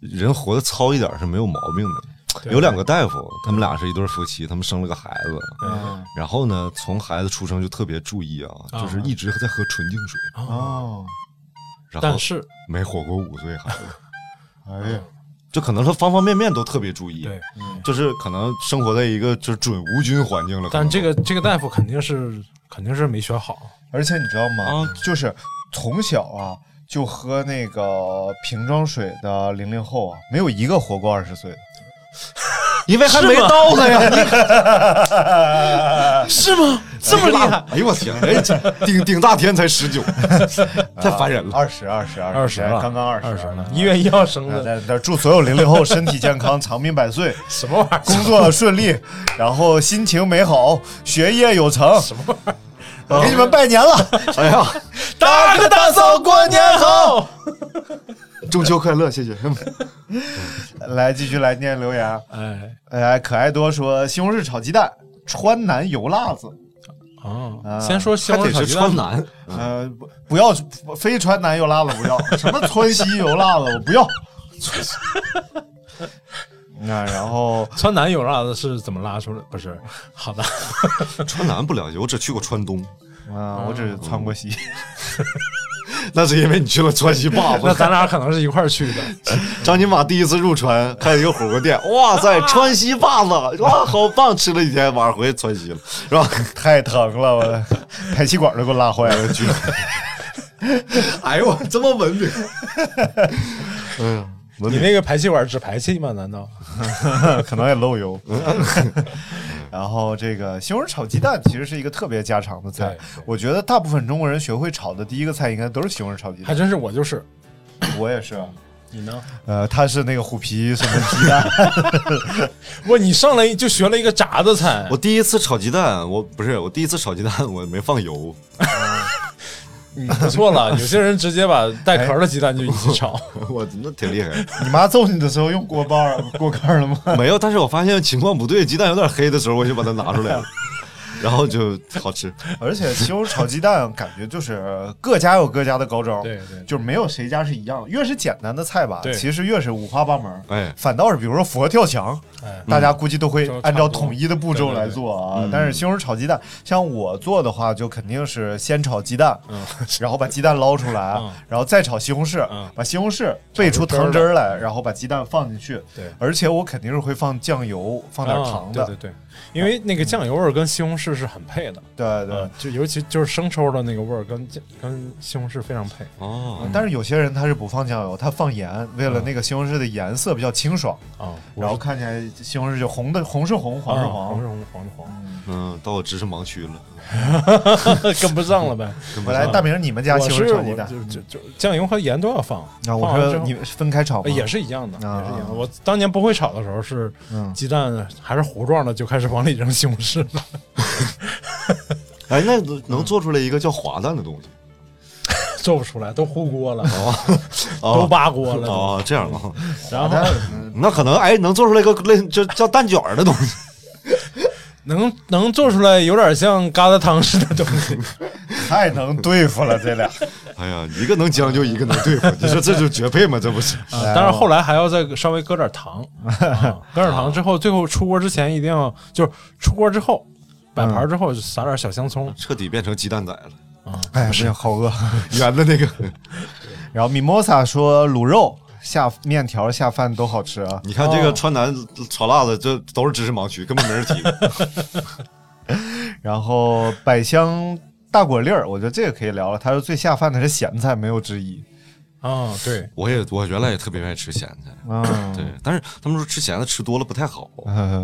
人活得糙一点是没有毛病的。有两个大夫，他们俩是一对夫妻，他们生了个孩子，
嗯
然后呢，从孩子出生就特别注意啊，
啊
就是一直在喝纯净水，
哦，
然后
但是
没活过五岁孩子，
哎呀，
就可能说方方面面都特别注意
对，
就是可能生活在一个就是准无菌环境了。可
但
能
这个这个大夫肯定是肯定是没学好，
而且你知道吗？
嗯
啊
就是从小啊就喝那个瓶装水的零零后啊，没有一个活过二十岁的。
因为还没到呢 呀，
是吗？ 这么厉害？！
哎呦我天，哎，这顶顶大天才 十九，太烦人
啊
了。
二十，二十，
嗯二十了，
刚刚二
哎二
十啊
了，嗯哎一月一号生
那
的，
那那祝所有零零后身体健康， 长命百岁，
什么玩意儿？
工作顺利，然后心情美好，学业有成。什么玩意儿？给你们拜年了！
哎呀，
大哥大嫂过年好！
中秋快乐，谢谢。
来，继续来念留言啊。
哎，
哎，可爱多说西红柿炒鸡蛋，川南油辣子。呃
哦
啊，
先说西
还
红柿
得
炒
是
鸡蛋
川
吧，
南，
呃，
嗯
不不要非川南油辣子不要，什么川西油辣子我不要。 那然后
川南有辣子是怎么拉出来？ 不是，好 的，
川南不了解，我只去过川东，
啊、我只川过西。
那是因为你去了川西坝
那
子。
咱俩可能是一块儿 去的。
张金马第一次入川，开了一个火锅 店，哇塞，川西坝子，哇，好棒！吃了一天，晚上回川西了，是吧？
太疼了，我 的排气管都给我拉坏了，去。
哎呦，这么文明，哎呀，文
你
明。
那个排气管只排气吗？难道？
可能也漏 油。然后这个西红柿炒鸡蛋其实是一个特别家常的菜
对对，
哎我觉得大部分中国人学会炒的第一个菜应该都是西红柿炒鸡
还
蛋。
真是我就是，
我也是，
你呢？
呃，它是那个虎皮什么鸡蛋，
不，你上来就学了一个炸的菜
我，第一次炒鸡蛋，我不是我第一次炒鸡蛋，我没放油，
你不错了。有些人直接把
哎
带壳的鸡蛋就一起炒，
我那挺厉害。
你妈揍你的时候用锅包儿啊锅盖儿了吗？
没有，但是我发现情况不对，鸡蛋有点黑的时候，我就把它拿出 来了，然后就好吃。
而且西红柿炒鸡蛋感觉就是各家有各家的高招，
对对对
就是没有谁家是一样的。越是简单的菜吧，
对
其实越是五花八门。
哎
反倒是比如说佛跳墙，
哎
大家估计都会
都差不多
按照统一的步骤
对对对
来做啊。但是西红柿炒鸡蛋，像我做的话，就肯定是先炒鸡蛋，然后把鸡蛋捞出来，
嗯
然后再炒西红柿，
嗯
把西红柿焙出
炒出
汤
汁
汁
儿
儿来，然后把鸡蛋放进去。
对
而且我肯定是会放酱油，放点
啊
糖的。
对对对，因为那个酱油味儿跟西红柿柿是很配的，
对对
呃，，就尤其就是生抽的那个味儿跟跟西红柿非常配
哦，
但是有些人他是不放酱油，他放盐，为
嗯
了那个西红柿的颜色比较清爽，
啊。
然后看起来西红柿就红的，红是红，黄是
啊
黄。
黄是红，黄是黄，
嗯，到我知识盲区了，
跟不上 了呗。
跟不
我来，
上。
大明，你们家
我
西红
是
柿炒鸡
我
蛋嗯
就就就酱油和盐都要放。
啊？我
放完之
说
后呃哎
你分开炒吗？
也是一 样的，
啊
也是一样的。我当年不会炒的时候是
嗯
鸡蛋还是糊状的，就开始往里扔西红柿了。
哎，那能做出来一个叫滑蛋的东西
做不出来，都糊锅了，
哦
都扒锅了。
哦，这样啊，
然后
那可能哎，能做出来一个类就叫蛋卷儿的东西，
能能做出来有点像疙瘩汤似的东西，
太能对付了，这俩。
哎呀，一个能将就，一个能 对付，你说这就绝配吗？这不是？
啊但是后来还要再稍微搁点糖，啊搁点糖之后，最后出锅之前一定要就是出锅之后。摆盘之后就撒点小香葱，
彻底变成鸡蛋仔了，
哎呀，不行，好饿。
圆的那个，
然后米莫萨说卤肉下面条下饭都好吃啊。
你看这个川南炒辣子，这都是知识盲区，根本没人提的。
然后百香大果粒儿，我觉得这个可以聊了。他说最下饭的是咸菜，没有之一。
啊，对，
我也我原来也特别爱吃咸菜，
嗯，
对，但是他们说吃咸的吃多了不太好，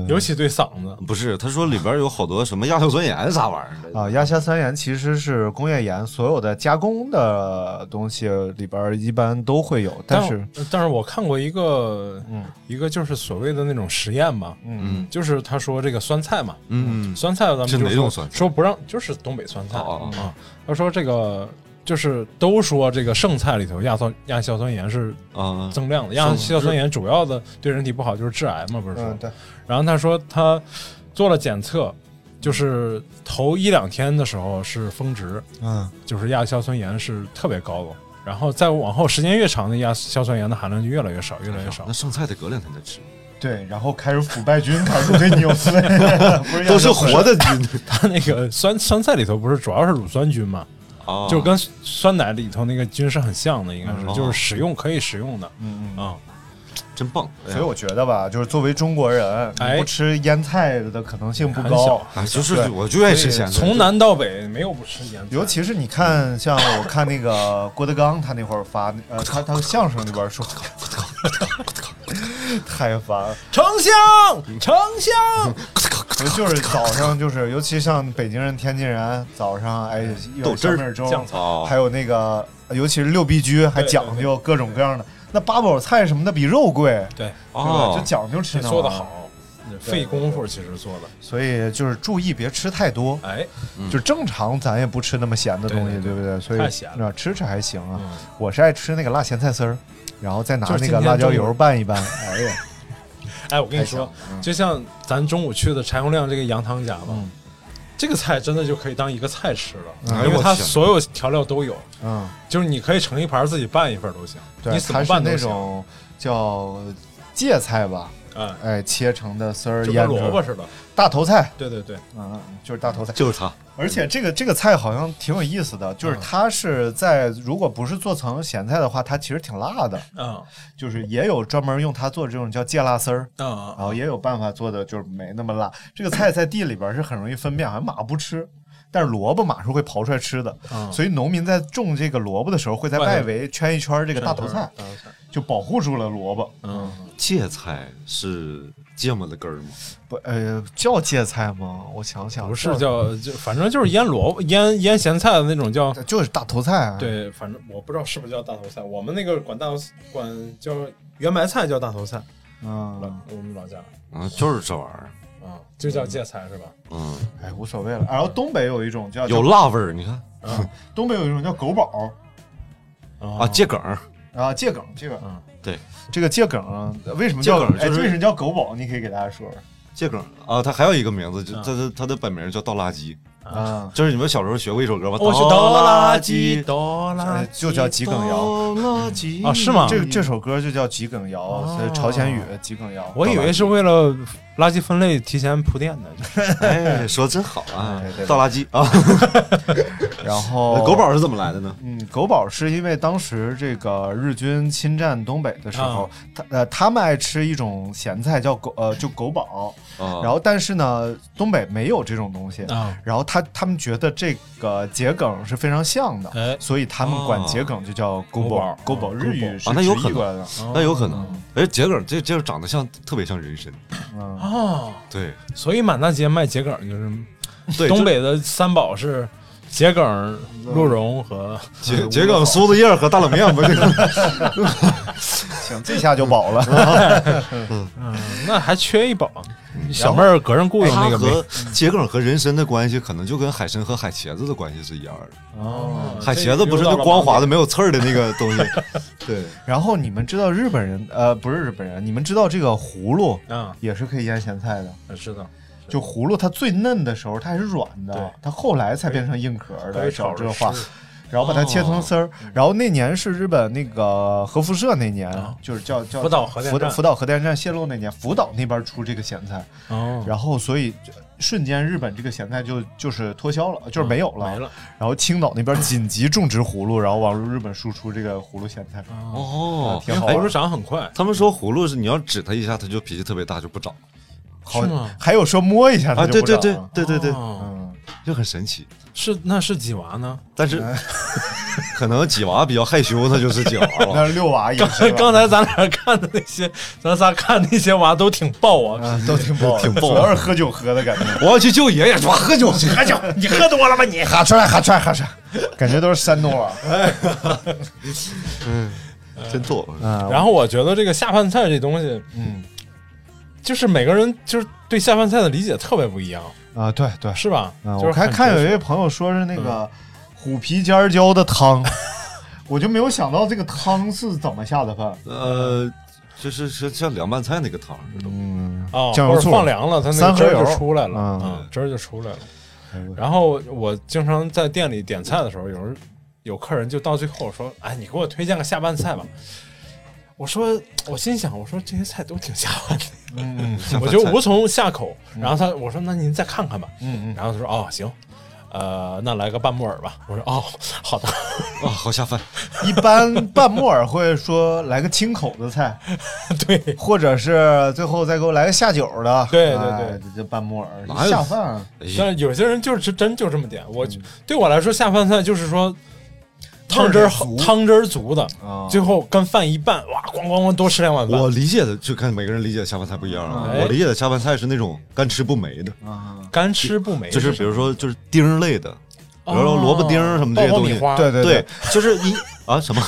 尤其对嗓子，
不是，他说里边有好多什么亚硝酸盐啥玩意儿的
啊，亚硝酸盐其实是工业盐，所有的加工的东西里边儿一般都会有，但是嗯
我但是我看过一个，一个就是所谓的那种实验嘛，
嗯，
就是他说这个酸菜嘛，
嗯
酸菜咱们
是
就
哪
说
种酸菜
说不让，就是东北酸菜
哦哦
啊。他说这个就是都说这个剩菜里头亚硝亚硝酸盐是
啊，
增量的，亚
剩
硝酸盐主要的对人体不好就是致癌嘛，不是说
嗯，。对，
然后他说他做了检测，就是头一两天的时候是峰值，
嗯，
就是亚硝酸盐是特别高的。然后再往后时间越长，那亚硝酸盐的含量就越来越少，越来越少
啊那。剩菜得隔两天再吃，
对，然后开始腐败菌开始对纽崔， 不是亚
都是
硝酸
活的菌
它那个酸酸菜里头不是主要是乳酸菌嘛，
啊，
就跟酸奶里头那个菌是很像的，应该
嗯
是就是食用可以食用的
嗯嗯。
啊。
真棒。哎
所以我觉得吧，就是作为中国人，你
哎
不吃腌菜的可能性不
很
高
小。
啊，就是
对
我就爱吃咸菜，
从南到北没有不吃盐的，
尤其是你看，像我看那 个郭德纲，他那会儿发，呃，他他相声里边说，太烦了。
丞相，丞相，
就是早上，就是尤其像北京人、天津人，早上哎，一碗
豆汁
小
儿
米
酱
粥，
啊，
还有那个，尤其是六必居，还讲究各种各样的。那八宝菜什么的比肉贵，对
对，
吧？
哦
就，讲究吃
这
那
做的
玩意儿，
好，费功夫其实做的，
所以就是注意别吃太多。
哎，
就正常咱也不吃那么咸的东西，
对
对
对对
不对？所以
太咸了
那吃吃还行啊。
嗯
我是爱吃那个辣咸菜丝儿，然后再拿
就是
那
今
个
天
辣椒
中午
油拌 一拌。哎呀，
哎，我跟你
太
说，就像咱中午去的柴洪亮这个羊汤家吧，
嗯
这个菜真的就可以当一个菜吃
哎
了，
呦
因为
我
它
天
所有调料都有，
嗯，
就是你可以盛一盘自己拌一份都行，
对，
你怎
它
么
是
拌都
那
行，
种叫芥菜吧？
哎，
哎，切成的丝儿
就
腌
跟
制
萝卜似的，
大头菜，
对对对，
嗯，嗯就是大头菜。
就是它，
而且这个这个菜好像挺有意思的，
嗯
就是它是在如果不是做成咸菜的话，它其实挺辣的，
嗯
就是也有专门用它做这种叫芥辣丝儿。
嗯
然后也有办法做的就是没那么辣。这个菜在地里边是很容易分辨，好像马不吃，但是萝卜马是会刨出来吃的。
嗯，
所以农民在种这个萝卜的时候，会在外围圈一圈这个大头菜，就保护住了萝卜。
嗯，
芥菜是芥末的根儿吗？
不，呃，叫芥菜吗？我想想，
不是叫就反正就是腌萝卜、腌腌咸菜的那种叫，
就是大头菜、啊。，
对，反正我不知道是不是叫大头菜，我们那个管大头管叫圆白菜叫大头菜，老
嗯，
我们老家
啊，就是这玩意儿，
啊就叫芥菜是吧？
嗯，
哎，无所谓了。然后东北有一种叫
有，辣味儿，你看
东北有一种叫狗宝
啊，芥梗儿，
啊，芥梗，芥梗。
嗯
对，
这个芥梗啊为什么叫
芥梗
哎
就是
为什么叫狗宝？你可以给大家说说
芥梗儿啊，它还有一个名字，就
啊
它它它的本名叫倒垃圾，
啊。
就是你们小时候学过一首歌吗？
哦我去
倒
拉
垃
鸡，
圾，
哆啦
呃，就叫桔梗谣
倒垃圾
啊是吗
这这首歌就叫《桔梗谣》，
哦
所以朝鲜语《桔梗谣》。
我以为是为了垃圾分类提前铺垫的，
哎，说得真好啊
对对对！哦
倒垃圾啊！
然后
狗宝是怎么来的呢？
嗯，狗宝是因为当时这个日军侵占东北的时候，他呃他们爱吃一种咸菜叫狗呃就狗宝，
啊，
然后但是呢东北没有这种东西，
啊
然后他他们觉得这个桔梗是非常像的，
哎
所以他们管桔梗就叫狗宝
哦，
狗宝日语是
啊那有
直译
可能
过来的，
那有可能。
哦
哎，桔梗这这长得像，特别像人参。
嗯，
哦，
对
所以满大街卖桔梗就是
对，
东
就
北的三宝是桔梗、鹿茸和
桔桔梗、苏子叶和大 冷面不就？
行，这下就饱了。
嗯，那还缺一宝。小妹儿搁人雇佣那
它
个
和
没？
桔梗和人参的关系，可能就跟海参和海茄子的关系是一样的。
哦
啊
海茄子不是那光滑的没有刺儿的那个 东西？对，
然后你们知道日本人呃不是日本人，你们知道这个葫芦
啊，
也是可以腌咸菜的。
知道。
就葫芦它最嫩的时候它还是软的
对，
它后来才变成硬壳儿
可
的。
以
少
炒
这
着
个
哦嗯
话，然后把它切成丝儿。然后那年是日本那个核辐射那年，就是叫叫
哦福岛核电
福岛
站
福岛核电站泄漏那年，福岛那边出这个咸菜，
哦，
然后所以就瞬间日本这个咸菜就就是脱销了，就是没有了。
嗯没了。
然后青岛那边紧急种植葫芦，然后往入日本输出这个葫芦咸菜。
哦
挺好
哎
葫芦长很快，
他们说葫芦是你要指它一下，它就脾气特别大，就不长
好
是吗，
还有说摸一下它
啊！
就
对
不
对
长
对
了
对对对，
哦
嗯，
就很神奇。
是那是几娃呢？
但是可能几娃比较害羞，那就是几娃
那
了。
是六娃也
刚
是吧，
刚才咱俩看的那些，咱仨看那些娃都挺爆啊，
嗯都 挺爆的，
挺爆
主要是喝酒喝的感觉。
我要去救爷爷，说喝酒去。
喝酒，你喝多了吧你？ 哈出来，哈出来，哈出来， 感觉都是山东娃。
真逗。
然后我觉得这个下饭菜这东西，
啊嗯
就是每个人就是对下饭菜的理解特别不一样，
啊，对对，
是吧？
嗯，
就是
我还看有一位朋友说是那个虎皮尖椒的汤，嗯 我就没有想到这个汤是怎么下的饭。
呃，就是是像凉拌菜那个汤似的。
嗯，
啊，
酱油
或者
醋
放凉了，它那
三
个
合
汁
油
儿就出来了，
嗯
啊，汁儿就出来了
哎呦。
然后我经常在店里点菜的时候，有人有客人就到最后说：“哎，你给我推荐个下饭菜吧。”我说，我心想，我说这些菜都挺下饭的，
像
嗯
我
饭
就
菜
无从下口。
嗯
然后他我说：“那您再看看吧。”
嗯
然后他说：“哦，行，呃，那来个半木耳吧。”我说：“哦， 好的。
啊，好下饭。
一般拌木耳会说来个清口的 菜，
对，
嗯
或者是最后再给我来个下酒的。
对对
哎
对，
这拌木耳
哪有
下饭。
哎呀
但是有些人就是真就这么点。我、对我来说，下饭菜就是说汤汁儿好
味儿足
汤汁儿足的，
啊
最后跟饭一拌，哇，咣咣咣多吃两碗饭。
我理解的就看每个人理解的下饭菜不一样啊。
哎啊
我理解的下饭菜是那种干吃不没的，
啊
干吃不没，
就是比如说就是丁儿类的，比
哦
如说萝卜丁儿什么这些
爆
东
米
西。
花，
对对
对，就是一啊什么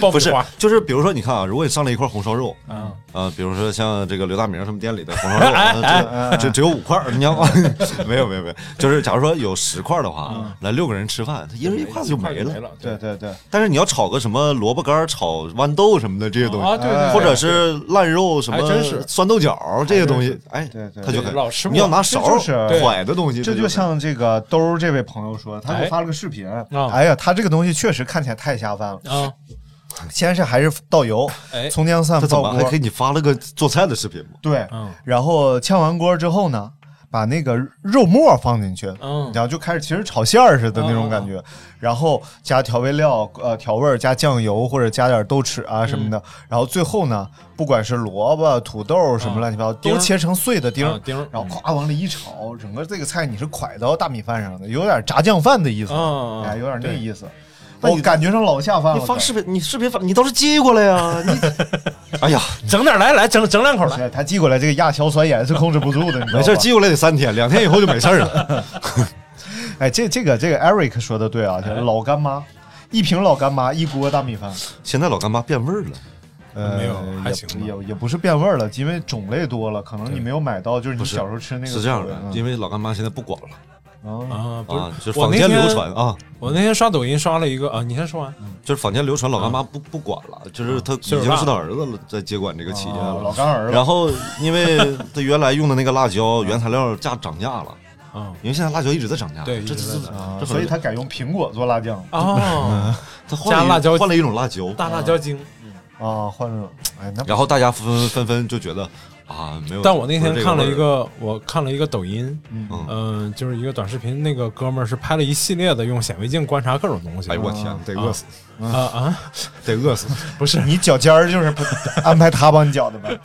爆
不
米
是
花，
就是比如说你看啊，如果你上了一块红烧肉，
嗯哎
啊，比如说像这个刘大明他们店里的红烧肉，那这只只有五块儿，你要吗？ 没有没有没有，就是假如说有十块儿的
嗯
话，啊来六个人吃饭，他一人一筷子就没了。
了。
对对对，
但是你要炒个什么萝卜干儿炒豌豆什么的这些东
啊，
西，哎
对对，
或者是烂肉什
还真
么
是
酸豆角这些东西，哎
对对，
他就很
老吃不
你要
完
拿勺
这就是
儿蒯的东西，
这
它
就
很
像这个兜儿这位朋友说，他给我
哎
发了个视频。
啊
哎呀，他这个东西确实看起来太下饭了。
啊，
先是还是倒油，
哎
葱姜蒜
他嗯怎
爆
么还
锅
给，你发了个做菜的视频吗？
对
嗯，
然后炝完锅之后呢，把那个肉末放进去，
嗯
然后就开始其实炒馅儿似的那
嗯
种感觉，然后加调味料，呃，调味儿加酱油或者加点豆豉
嗯
啊什么的，然后最后呢，不管是萝卜、土豆什么
嗯
乱七八糟，
丁
都
儿
切成碎的丁儿
啊，丁儿
然后咵往里一炒，整个这个菜你是蒯到大米饭上的，有点炸酱饭的意思，
嗯嗯嗯
哎，有点那意思，
啊那
我
你
感觉上老下饭了，
你发视频，你视频发，你倒是接过来呀！ 你，哎呀，
整点来来整整两口来，
对他寄过来这个亚硝酸盐是控制不住的，你知道
没
吗
事儿，寄过来得三天，两天以后就没事儿了。
哎，这这个这个 Eric 说的对啊，
哎
就是老干妈，一瓶老干妈，一锅大米饭。
现在老干妈变味儿了，
呃，
没有还行吧
也也也不是变味儿了，因为种类多了，可能你没有买到，就是你
不是
小时候吃那个
是这样
口，
的
味
因为老干妈现在不管了
嗯啊
啊，不，
啊，就是是
我
坊
那
间
天
流传啊，
我那天刷抖音刷了一个啊，你先说完，
就是坊间流传老干妈不不管了，就是他已
嗯岁数
经
大哦
是他儿子了在接管这个企业
啊老
了。
干儿
然
了，
后，因为他原来用的那个辣椒原材料价涨价了，
嗯
因为现在辣椒一直在涨价，
对一
这
直
这
在
这
涨
啊
这，
所以他改用苹果做辣酱
哦，
他换了一
加辣椒
换了一种辣椒，嗯
大辣椒精，
啊，换成哎那
然后大家纷纷纷纷就觉得，啊，没有。
但我那天
不是这
看了
味儿
一，个，我看了一个抖音，
嗯
嗯、就是一个短视频，那个哥们儿是拍了一系列的用显微镜观察各种东西。
哎呦我天，
得饿死，
啊啊！
得饿死！
不是你脚尖儿就是不 安排他帮你脚的呗？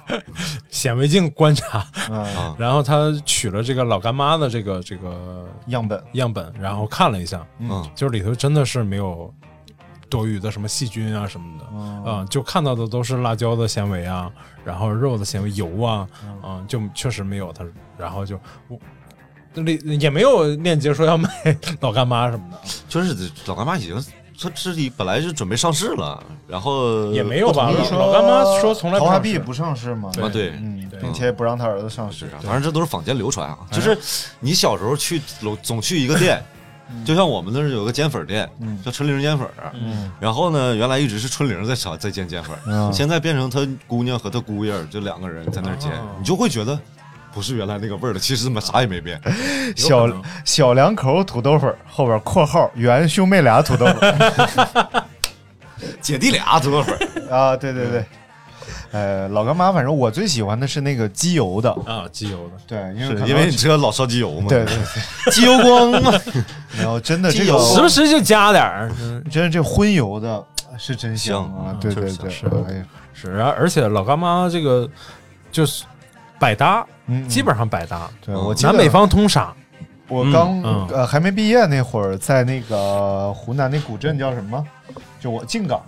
显微镜观察，
嗯，
然后他取了这个老干妈的这个这个
样本
样本，然后看了一下，
嗯，
就是里头真的是没有多余的什么细菌啊什么的，嗯、就看到的都是辣椒的纤维啊，然后肉的纤维、油啊，嗯、就确实没有它，然后就我。里也没有链接说要买 老干妈什么的，
就是老干妈已经，它这里本来就准备上市了，然
呃
后
也没有吧？
不同意
老干妈说从来
桃
不
花
上
币
市
不上市吗？
啊，对，
嗯，并且也不让他儿子上市。
反正这都是坊间流传啊。
哎
就是你小时候去总总去一个店，
嗯
就像我们那儿有个煎粉店，叫春玲煎粉儿。啊
嗯
然后呢，原来一直是春玲在炒在煎煎粉儿，现在变成她姑娘和她姑爷儿就两个人在那儿煎，
哦
你就会觉得不是原来那个味儿了。其实他妈啥也没变。
小小两口土豆粉儿后边括号原兄妹俩土豆粉儿
姐弟俩土豆粉儿，
啊，对对对，呃，老干妈，反正我最喜欢的是那个机油的，
啊，机油的，
对，因为可
是
能
因为你车老烧机油嘛，
对对
机油光 嘛。
对，然后真的这
机油
个
时不时就加点儿，嗯
真的这荤油的是真香
香
啊
嗯，
对
确
对
实
对，
香
哎呀
是啊，而且老干妈这个就是百搭，
嗯，
基本上百搭，
对我记得
南北方通杀，
我刚、
嗯嗯
呃还没毕业那会儿，在那个湖南那古镇叫什么？就我靖港，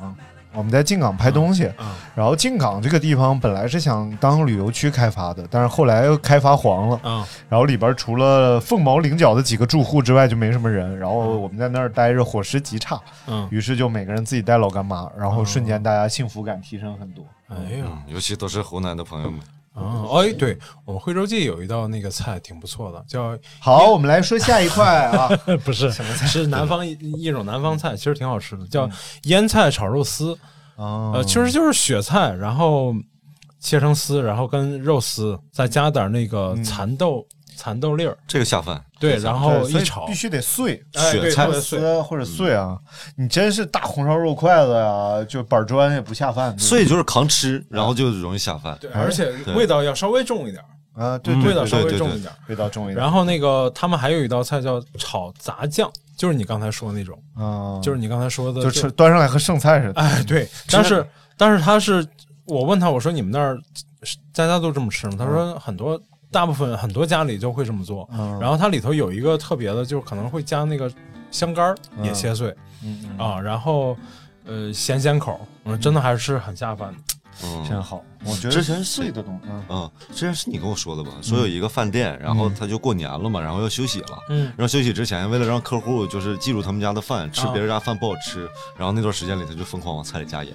我们在靖港拍东西。
嗯
然后靖港这个地方本来是想当旅游区开发的，但是后来又开发黄了。
嗯
然后里边除了凤毛麟角的几个住户之外，就没什么人。然后我们在那儿待着，伙食极差，
嗯，
于是就每个人自己带老干妈，然后瞬间大家幸福感提升很多。
哎呀，
嗯尤其都是湖南的朋友们，
哦，哎，对我们徽州记有一道那个菜挺不错的，叫
好，我们来说下一块啊，
不是什么菜，是南方一一种南方菜，其实挺好吃的，
嗯
叫腌菜炒肉丝。
啊
呃，其实就是雪菜，然后切成丝，然后跟肉丝再加点那个
嗯
蚕豆蚕豆粒儿，
这个下饭。
对，然后哦一
所以
炒
必。须得碎，
哎对
雪菜
特别碎嗯
丝或者碎啊，你真是大红烧肉筷子呀，就板砖也不下饭。
所以就是扛吃，然后就容易下饭。
对，
哎
而且味道要稍微重一点，
啊，对
嗯
对
味
对
道稍微
对
重
对
一点。
味道重一点。
然后那个他们还有一道菜叫炒杂酱，就是你刚才说的那种，
啊，
就是你刚才说的，
就吃端上来和剩菜似的。
哎，对，但是但是他是我问他，我说你们那儿家家都这么吃吗？他说很多。大部分很多家里就会这么做，
嗯
然后它里头有一个特别的，就是可能会加那个香干儿也切碎、
嗯，
啊，然后呃咸咸口，嗯，真的还是很下饭的。
嗯
真好，我觉得
之前是
碎的东西，嗯
嗯，之前是你跟我说的吧？说有一个饭店，然后他就过年了嘛，然后要休息了。
嗯，
然后休息之前，为了让客户就是记住他们家的饭，吃
啊
别人家饭不好吃，然后那段时间里他就疯狂往菜里加盐，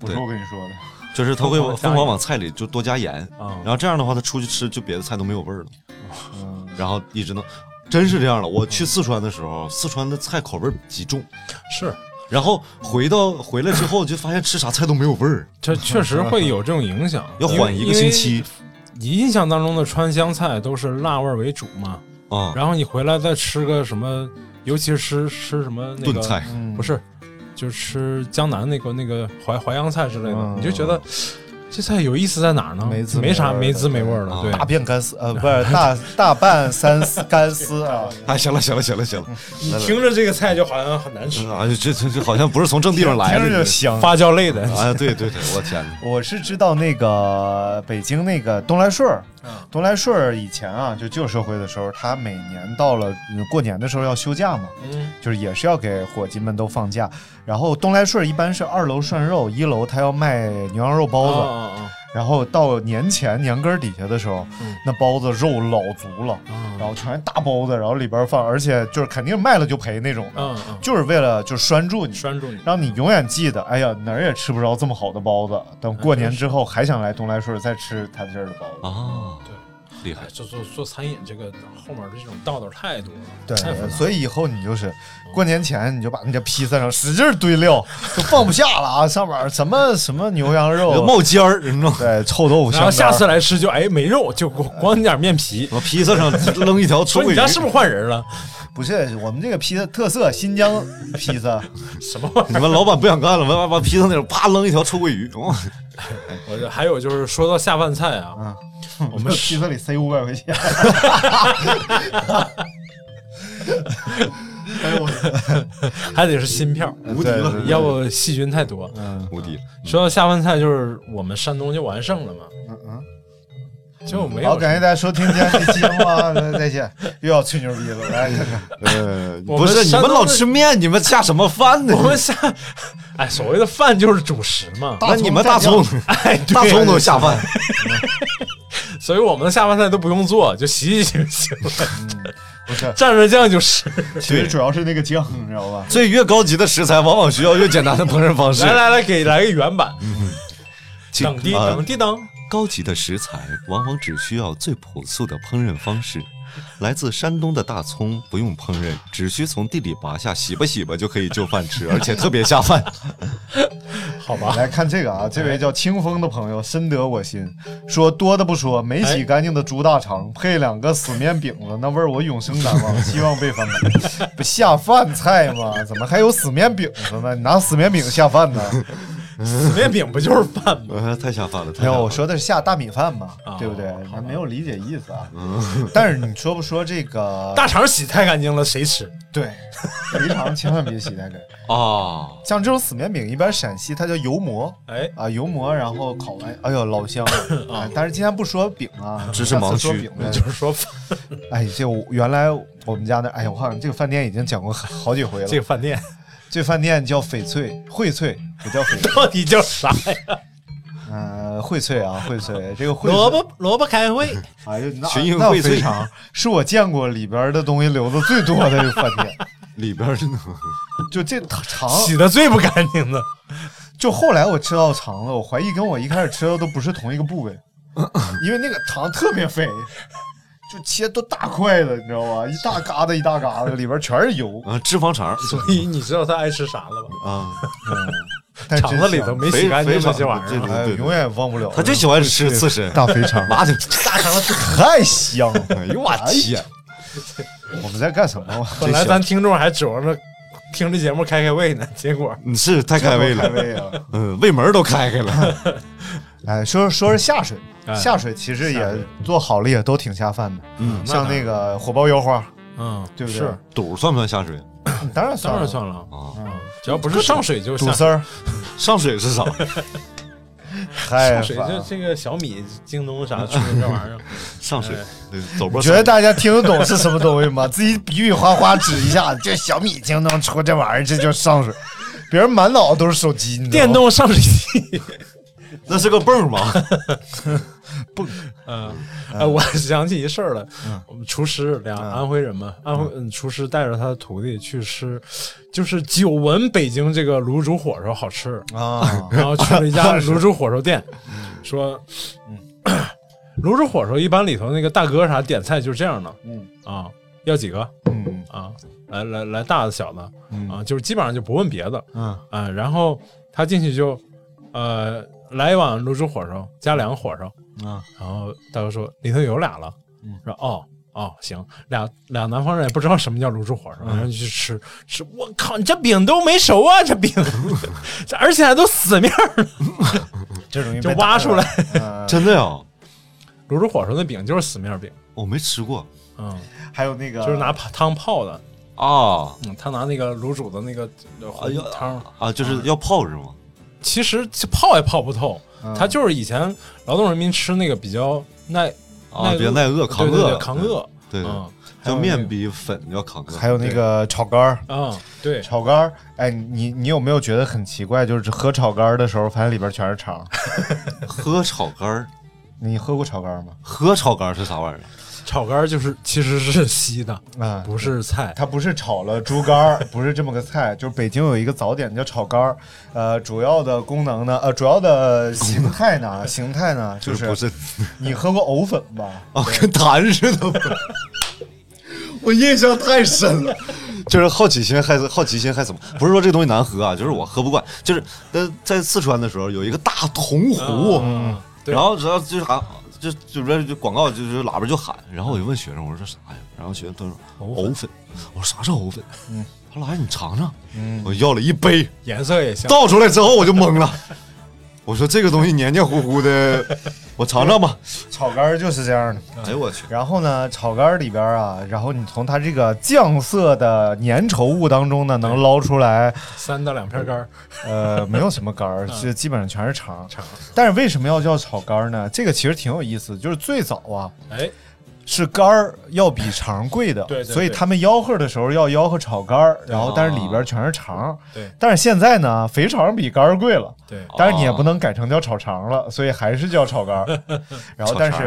不是我跟你说的。
就是他会
疯狂地加盐
疯狂往菜里就多加盐，
啊
然后这样的话他出去吃就别的菜都没有味儿了，
嗯，
然后一直能，真是这样的。我
嗯
去四川的时候，四川的菜口味儿极重，
嗯
是，
然后回到回来之后就发现吃啥菜都没有味儿，
这确实会有这种影响，
要
因为
缓一个星。期
因为你印象当中的川湘菜都是辣味儿为主嘛，
啊。
然后你回来再吃个什么，尤其是吃吃什么那个
炖菜，
不是，就吃江南那个那个淮淮扬菜之类的，
嗯
你就觉得这菜有意思在哪儿呢？
没
没
滋
啥
没味儿
没滋没味儿
啊
了，对，
大便干丝，呃，不是大大半三丝干丝 啊，
哎，行了行了行了行了，
你听着这个菜就好像很难吃，
啊，这这这好像不是从正地方来
听着就
的。
香。
发酵类的。
啊，对对对，我天哪！
我是知道那个北京那个东来顺儿
嗯，
东来顺儿以前啊，就旧社会的时候，他每年到了嗯过年的时候要休假嘛，
嗯
就是也是要给伙计们都放假。然后东来顺儿一般是二楼涮肉，一楼他要卖牛羊肉包子。
哦
然后到年前年根儿底下的时候，
嗯
那包子肉老足了，然后全是大包子，然后里边放，而且就是肯定卖了就赔那种的，
嗯嗯，
就是为了就是拴住你，
拴住你。
让你永远记得，哎呀，哪儿也吃不着这么好的包子。等过年之后还想来东来顺再吃他这儿的包子。
哦
啊，厉害
哎，做做做餐饮这个后面的这种道道太多了，太复杂
对，
了
所以以后你就是过年前你就把你这披萨上使劲堆料，就放不下了啊！上面什么什么牛羊
要
肉，
冒尖儿，你知道吗？
对，臭豆腐香
然
干
后
儿。
下次来吃就哎没肉，就光光点面皮。
往披萨上扔一条
说
臭
你
鳜
家是不
鱼，
是换人了？
不是我们这个披萨特色新疆披萨，
什么玩意
你们老板不想干了，完完把披萨那种啪扔一条臭鳜鱼，哇
儿？我这还有就是说到下饭菜啊，
嗯
我们披萨里塞五百块钱。哎呦我
还得是新票，
无敌了，嗯
对
要不细菌太多。
无敌。
说到下饭菜，就是我们山东就完胜了嘛，
嗯
就没
好，
有
感谢大家收听今天这期节目 啊！再见，又要吹牛逼了，我来看看。
呃，
我们
不是你
山
们
东
老
的
吃面，你们下什么饭呢
我？们下，哎，所谓的饭就是主食嘛，
那你们大葱，
哎，对
大葱都下饭，
哎所以我们的下饭菜都不用做，就洗洗就行了，
嗯
不是，
蘸着酱就是。
其实主要是那个酱，你知道吧？
所以越高级的食材往往需要越简单的烹饪方式。
来来来，给来个原版，等滴
嗯啊
等滴等，
高级的食材往往只需要最朴素的烹饪方式。来自山东的大葱不用烹饪，只需从地里拔下，洗吧洗吧就可以就饭吃，而且特别下饭。
好吧？
来看这个啊，这位叫清风的朋友深得我心，说多的不说，没洗干净的猪大肠配两个死面饼子，那味儿我永生难忘，希望被翻 版。不下饭菜吗？怎么还有死面饼子呢？你拿死面饼下饭呢？
死面饼不就是饭 吗？
呃，太下饭了，
没
太下
有，
饭
哎我
了。
说的是下大米饭嘛，
啊
对不对？还没有理解意思啊。但是你说不说这 个
大肠洗太干净了，谁吃？
对，肥肠千万别洗太干。
啊，
像这种死面饼，一般陕西它叫油馍
哎，
啊，油馍，然后烤完，哎呦，老香了。啊、但是今天不说饼啊，
知识
下次
盲
说
区
饼呗
就是说饭
哎，这我原来我们家那，哎呀，我好像这个饭店已经讲过好几回了。
这
这
个饭店
这饭店叫翡翠，荟萃，也叫翡翠，
到底叫啥呀？
呃，荟萃啊，荟萃，这个荟
萝
萃，
卜萝卜开会，
哎呦，那
群英
那
荟萃
肥肠是我见过里边的东西留的最多的一个饭店，
里边真的，
就这肠，
洗的最不干净的。
就后来我吃到肠子，我怀疑跟我一开始吃的都不是同一个部位，因为那个肠特别肥，就切都大块的，你知道吧？一大疙瘩一大疙瘩，里边全是油
啊，脂肪肠
所以 你知道他爱吃啥了吧？
啊，
但是
肠子里头没洗干净
肥
这
肠
些玩意
这
儿。
哎
对对
永远忘不了。
他就喜欢吃刺身，
大肥 肠，
拿去，
大肠子太香了！
哎呦我天，
我们在干什么？
本来咱听众还指望着听这节目开开胃呢， 结果
你是太开胃
开
了，
胃啊！
嗯，胃门都开开了。
哎，说说说下水，
哎
下水其实
下
也
水
做好了，也都挺下饭的。
嗯，
像那个火爆腰花，
嗯，
对不对？嗯
是，
肚算不算下水
当然
当
算
然
了，
算了，嗯
啊？
只要不是上水就
肚
下
丝 儿
上水是啥？
太
上水
烦
就
了。
这个小米、京东 啥出的这玩意儿，
上水，对走波
你觉得大家听得懂是什么东西吗？自己比比划划指一下，这小米京东出这玩意儿，这叫上水。别人满脑子都是手机，你知道吗
电动上水器。
那是个泵吗？
嗯，哎，我想起一事儿来，
嗯
我们厨师俩安徽人嘛，安徽嗯厨师带着他的徒弟去吃，就是久闻北京这个卤煮火烧好 吃，
啊，
然后去了一家卤煮火烧店，说，嗯，卤煮火烧一般里头那个大哥啥点菜就是这样的，
嗯
啊，要几个
嗯
啊，来来来大的小的
嗯
啊，就是基本上就不问别的
嗯
啊，然后他进去就，呃，来一碗卤煮火烧，加两个火烧。
啊，
然后大哥说里头有俩了，
嗯
说哦哦行，俩俩南方人也不知道什么叫卤煮火烧，然后就去吃吃，我靠，你这饼都没熟啊，这饼，这而且还都死面儿了，
这容易呃
就挖出来。
来
真的呀，
卤煮火烧那饼就是死面饼，
我没吃过
嗯，
还有那个
就是拿泡汤泡的，
啊
嗯，他拿那个卤煮的那个
哎呦
汤，
啊，就是要泡是吗？
其实泡也泡不透，
嗯
他就是以前劳动人民吃那个比较耐
啊，别耐饿，扛
对对对
饿，
扛饿，
对，对，
嗯
叫面比粉要扛饿，
还有那个炒肝儿，
嗯对，
炒肝儿，哎，你你有没有觉得很奇怪？就是喝炒肝儿的时候，发现里边全是肠。
喝炒肝儿，
你喝过炒肝儿吗？
喝炒肝儿是啥玩意儿？
炒肝儿就是其实是稀的，
啊，
不是菜。
它不是炒了猪肝儿，不是这么个菜。 就是北京有一个早点叫炒肝儿，呃，主要的功能呢，呃，主要的形态 呢，形态呢，就
不
是
是
你喝过藕粉吧？
啊，跟痰似 的。
我印象太深了。
就是好奇心害死好奇心害死猫，不是说这东西难喝啊，就是我喝不惯。就是呃，在四川的时候有一个大铜壶，
嗯，对
然后然后就是啥、就就边就广告就是喇叭就喊，然后我就问学生我说这啥呀？然后学生他说藕粉，我说啥是藕粉？嗯，他说来你尝尝，我要了一杯，
颜色也像。
倒出来之后我就懵了，我说这个东西黏黏糊糊的， 我尝尝吧。
炒肝儿就是这样的。
哎呦我去，
然后呢，炒肝儿里边儿啊，然后你从它这个酱色的粘稠物当中呢，能捞出来，
三到两片干儿，
呃，没有什么肝儿，就基本上全是肠。肠。但是为什么要叫炒肝儿呢？这个其实挺有意思，就是最早啊
哎，
是肝儿要比肠贵的，
对对对
所以他们吆喝的时候要吆喝炒肝儿，然后但是里边全是肠。
对
但是现在呢，肥肠比肝儿贵了。
哦对，哦
但是你也不能改成叫炒肠了，所以还是叫炒肝 儿。然后，但是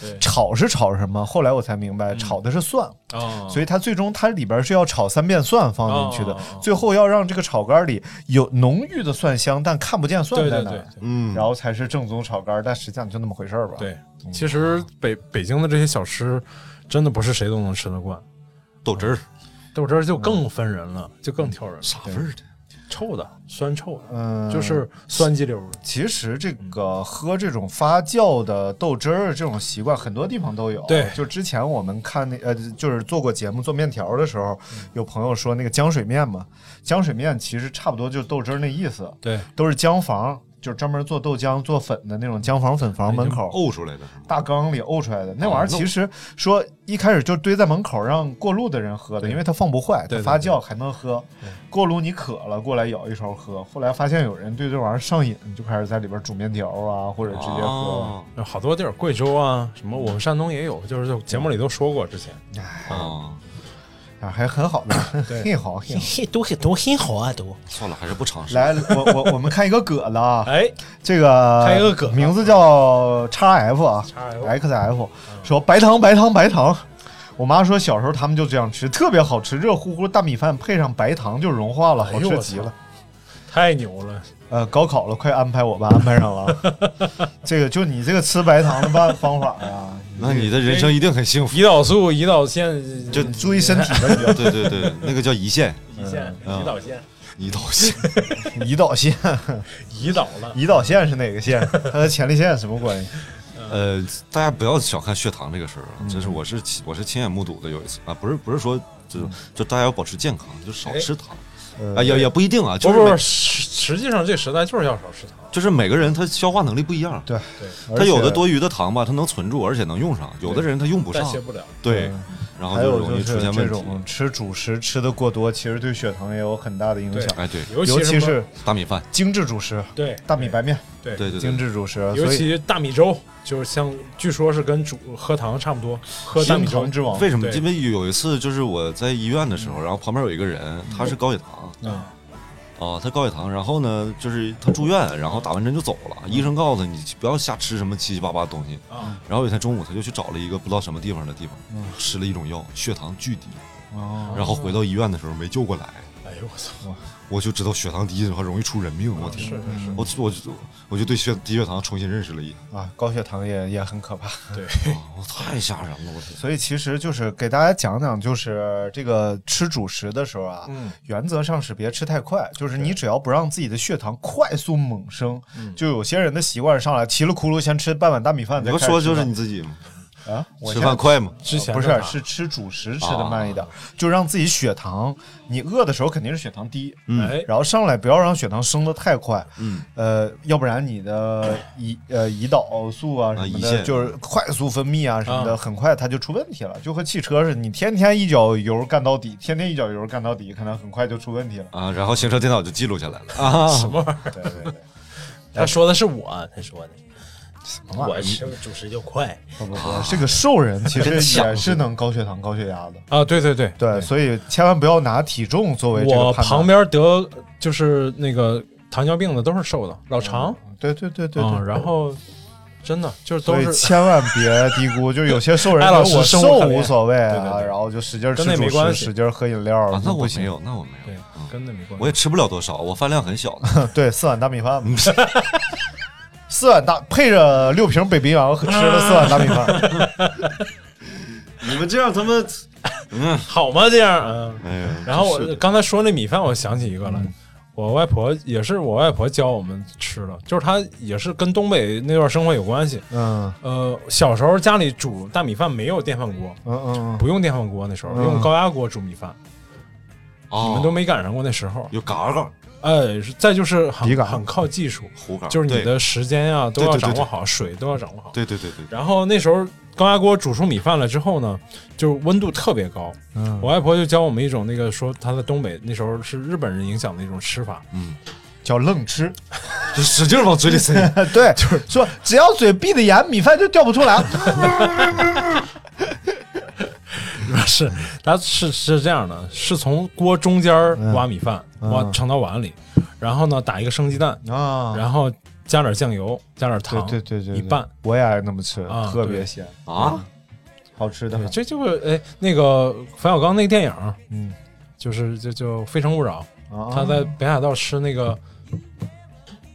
对嗯
炒是炒什么？后来我才明白，炒的是蒜，
啊，
所以它最终它里边是要炒三遍蒜放进去的
哦哦哦，
最后要让这个炒肝儿里有浓郁的蒜香，但看不见蒜
对
在
对
哪
对
儿，
嗯
然后才是正宗炒肝儿。但实际上就那么回事儿吧。，
对，其实北北京的这些小吃，真的不是谁都能吃得惯，
豆汁儿
豆汁儿就更
嗯
分人了，就更挑人了，
啥味儿的？
臭的、酸臭的，
嗯，
就是酸激溜的。
其实这个喝这种发酵的豆汁儿这种习惯，很多地方都有。
对
就之前我们看那呃，就是做过节目做面条的时候，有朋友说那个浆水面嘛，浆水面其实差不多就是豆汁儿那意思，
对，
都是浆房，就是专门做豆浆做粉的那种浆房粉房门口。
呕出来的，
大缸里沤出来的那玩
哦
意儿，其实说一开始就堆在门口让过路的人喝的，因为它放不坏，它
对对
发酵还能喝。过路你渴了过来舀一勺喝，后来发现有人对这玩意儿上瘾，就开始在里边煮面条啊，或者直接喝。
哦
好多地儿，贵州啊，什么我们山东也有，就是就节目里都说过之前。
哦，
啊，还很好的， 很好，很好。
嘿，都很都很好啊，都
算了，还是不尝试。
来，我我我们看一个葛子 啊，
哎，
这个
看一个葛啊子
名字叫 x F 啊
XF
，X F
嗯
说白糖白糖白糖。我妈说小时候他们就这样吃，特别好吃，热乎乎大米饭配上白糖就融化了，
哎
好
呦
吃
我
极
操
了。
太牛了！
呃，高考了，快安排我吧，安排上了。 这个就你这个吃白糖的办方法呀、
那你的人生一定很幸福。
胰岛素、胰岛腺
就
注意身体吧，你要
对对对，那个叫胰腺，
胰腺、
嗯
胰岛腺、
胰岛腺。
胰岛腺，
胰岛了。
胰岛腺是哪个腺？它和前列腺什么关系？
呃，大家不要小看血糖这个事儿啊，真是我是亲我是亲眼目睹的有一次啊，不是不是说就就大家要保持健康，就少吃糖啊，也也哎不一定啊，就
不
是
不
每
不，实实际上这时代就是要少食糖。
就是每个人他消化能力不一样，
对对
他有的，多余的糖吧，他能存住，而且能用上；有的人他用不
代
上，
谢不了，
对，然后
还有
容
就
易出
是
现
这
问题。
种吃主食吃的过多，其实对血糖也有很大的影响，
哎，对，
尤
尤
其
其
什么
是
大米饭，
精致主食，
对
大米白面，
对
对对
精
对，
致主食，
尤
所以
其大米粥，就是像据说是跟煮喝糖差不多，喝大
精
米粥
糖之王。
为什么？
对
因为有一次就是我在医院的时候，然后旁边有一个人，他是高血糖，
嗯
哦，他高血糖，然后呢，就是他住院，然后打完针就走了。
嗯
医生告诉他，你不要瞎吃什么七七八八东西。
啊，
然后有一天中午，他就去找了一个不知道什么地方的地方，吃了一种药，血糖巨低。
嗯哦
然后回到医院的时候没救过来，
哎呦我操，
我就知道血糖低的话容易出人命。我
是
天
是，是，
我我就我就对血低血糖重新认识了一下，
啊，高血糖也也很可怕。
啊我太吓人了，我天！
所以其实就是给大家讲讲，就是这个吃主食的时候啊，
嗯
原则上是别吃太快，就是你只要不让自己的血糖快速猛升，
嗯
就有些人的习惯上来提了窟窿先吃半碗大米饭，
你
再
不
开始
说就
吃
是
饭
你自己吗？
啊，我
吃
现在
饭啊快吗？
之前
不
的
是
糖
是吃主食吃的慢一点，就让自己血糖，你饿的时候肯定是血糖低，
哎
然后上来不要让血糖升得太快，
嗯，
呃，要不然你的胰呃胰岛素啊什么
胰
的，
腺
就是快速分泌啊什么的，
啊
很快它就出问题了，就和汽车似的，你天天一脚油干到底，天天一脚油干到底，可能很快就出问 题了。
啊，然后行车电脑就记录下来了啊。
什么玩意儿？
对对对，
他说的是我，他说的，
玩意儿
我吃主食就快，
不不不， 这个瘦人其实也
呛
是能高血糖、高血压的。
啊？对对对，
对，所以千万不要拿体重作为这个
我
判断。
旁边得就是那个糖尿病的都是瘦的，老常，
对对嗯对对对，
嗯，然后真的就是
所
都
以
是
千万别低估，就是有些瘦人
艾
觉得
老师
我
生
瘦
无可恋
无所谓啊，
对对对
然后就使劲儿吃
跟那
主
没
食
关系
使劲儿喝饮料儿
啊，那
不
我
行
没有，那我没
对，，
有
跟那没关系。
嗯我也吃不了多少，我饭量很小的。
对，四碗大米饭嘛， 四碗大配着六瓶北冰洋吃了四碗大米 饭，
你们这样他们，嗯，
好吗？这样，嗯。
哎呀，
然后
真是
我
的
嗯
刚才说那米饭，我想起一个来，我我外婆也是我外婆教我们吃的，就是她也是跟东北那段生活有关系。
嗯
呃，小时候家里煮大米饭没有电饭锅，
嗯嗯
不用电饭锅，那时候
嗯
用高压锅煮米饭，
哦
我们都没赶上过那时候。
有嘎嘎
哎，是再就是很
笔杆
很靠技术，
胡嘎，
就是你
啊对
的时间呀、都要
对对
掌
对
握好，水都要掌握好。
对对对对，
然后那时候高压锅煮出米饭了之后呢，就是温度特别高。
嗯
我外婆就教我们一种那个说她在东北那时候是日本人影响的一种吃法，
嗯
叫愣吃。
就使劲往嘴里塞。
对，就是说只要嘴闭的严，米饭就掉不出来。
是它是是这样的，是从锅中间儿
嗯
挖米饭，挖盛到碗里，然后呢打一个生鸡蛋，
啊
然后加点酱油，加点
对
糖，
对对对，
一拌。
我也爱那么吃，
啊
特别
对
鲜
啊，
好吃的
对，
很。
这就是哎那个冯小刚那个电影，
嗯，
就是就就《非诚勿扰》，
啊
他在北海道吃那个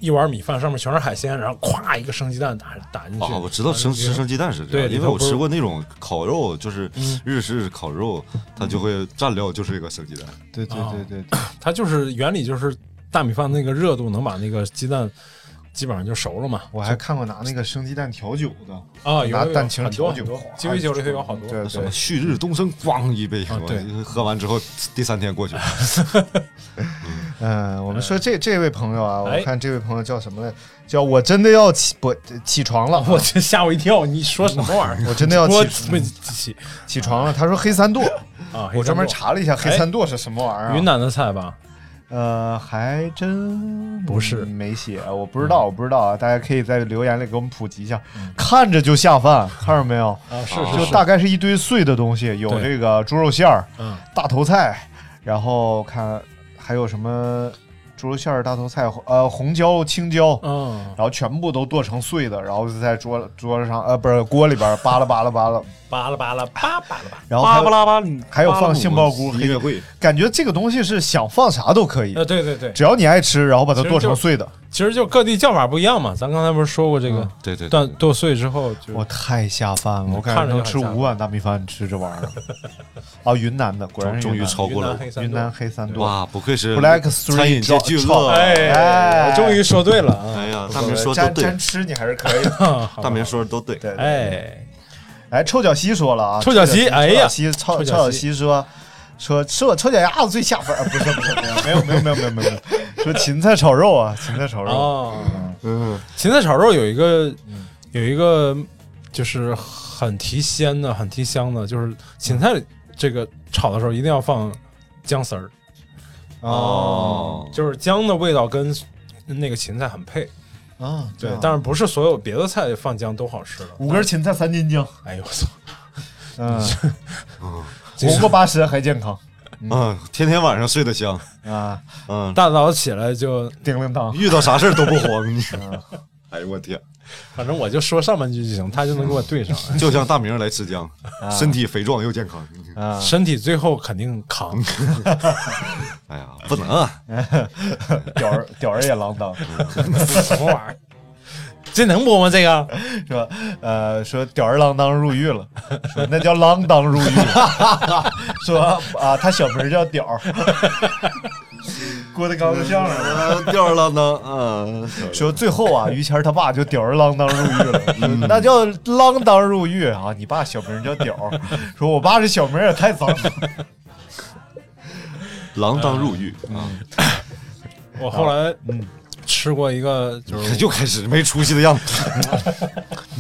一碗米饭，上面全是海鲜，然后咵一个生鸡蛋打打进去。
哦，我知道生吃生鸡蛋是这
对
样，
里
因为
头
我
不是
吃过那种烤肉，就是
嗯
日式烤肉，它就会蘸料就是一个生鸡蛋。
对对
啊
对对对，
它就是原理就是大米饭那个热度能把那个鸡蛋基本上就熟了嘛。
我还看过拿那个生鸡蛋调酒的，
啊，有
拿
有
蛋
有
清
很
调
多很
酒
多
哗，
鸡尾酒里头有好多。
对
什
对
么，旭日东升，咣一杯
啊
喝
对
完，喝完之后第三天过去，
嗯，我们说这这位朋友啊，我
哎
看这位朋友叫什么来？叫我真的要起不起床了， 啊
我这吓我一跳，你说什么玩意儿？
我真的 要
我
起
没起
起床了。他说黑三剁，
啊！黑
我专门
三
查了一下黑
哎
三剁是什么玩意
剁
儿
云
啊。
南的菜吧？
呃，还真
不是嗯
没写，我不知道，我不知道啊。大家可以在留言里给我们普及一下。看着就下 饭，看着没有？
啊，是
啊
就大概是一堆碎的东西，有
对
这个猪肉馅儿、
嗯
大头菜，然后看还有什么猪肉馅儿、大头菜，呃，红椒、青椒，
嗯，
然后全部都剁成碎的，然后就在桌桌子上，呃，不是锅里边扒拉扒拉扒 拉，
巴拉巴拉巴巴拉巴。
然后还有
拉巴，
还有放杏鲍菇，
音乐会，
感觉这个东西是想放啥都可以，
呃，对对对，
只要你爱吃，然后把它
其实
剁成
就是
碎的。
其实就各地叫法不一样嘛。咱刚才不是说过这
嗯
个
对对，
断剁碎之后就
我太下饭了，我感觉
看着就
能
很
吃
下饭
五碗大米饭，吃这玩意儿。啊，云南的，果然是
终
云
于
南的
超过
云南
了
黑三
云
剁
南黑三剁。
哇，不愧是
Black
餐饮界
Street
巨
创
鳄，
哎，终于说对了
哎
啊！
呀，大明
对
说
呃沾
的都对
沾，吃你还是可以的。
好
大明说的都对，
对，对
哎，
哎，臭脚西说了啊，
臭脚西哎呀
臭脚西，臭
臭
臭脚
脚西
西说说吃我臭脚丫子最下饭儿，呃不是不是，没有没有没有没有没有没有，说芹菜炒肉啊，芹菜炒肉，
哦，
嗯，
芹菜炒肉有一个有一个就是很提鲜的、很提香的，就是芹菜这个炒的时候一定要放姜丝儿，
哦，
就是姜的味道跟那个芹菜很配。
啊，
对，
嗯
啊
但是不是所有别的菜放姜都好吃的。
五根芹菜三斤姜，
哎呦我 操！
嗯，活过八十还健康
嗯，天天晚上睡得香，
啊，
嗯，
大早起来就，
叮铃当，
遇到啥事儿都不慌，你，
嗯
哎呦我天，
反正我就说上半句就行，他就能给我对 上。
就像大明来吃姜，身体肥壮又健康，
啊，
身体最后肯定扛，
哎呀，不能啊，
屌儿屌儿也锒铛。
什么玩意儿？这能播吗？这个
说呃说吊儿郎当入狱了， 说那叫郎当 入狱，说啊他小名叫屌儿， 郭德纲的相声。
呃吊儿郎当， 嗯，
说最后啊，于谦儿他爸就吊儿郎当入狱了，说那叫郎当入狱啊！你爸小名叫屌儿，说我爸这小名也太脏了。
锒铛入狱
嗯
啊，
我后来嗯吃过一个 就是
又开始没出息的样子，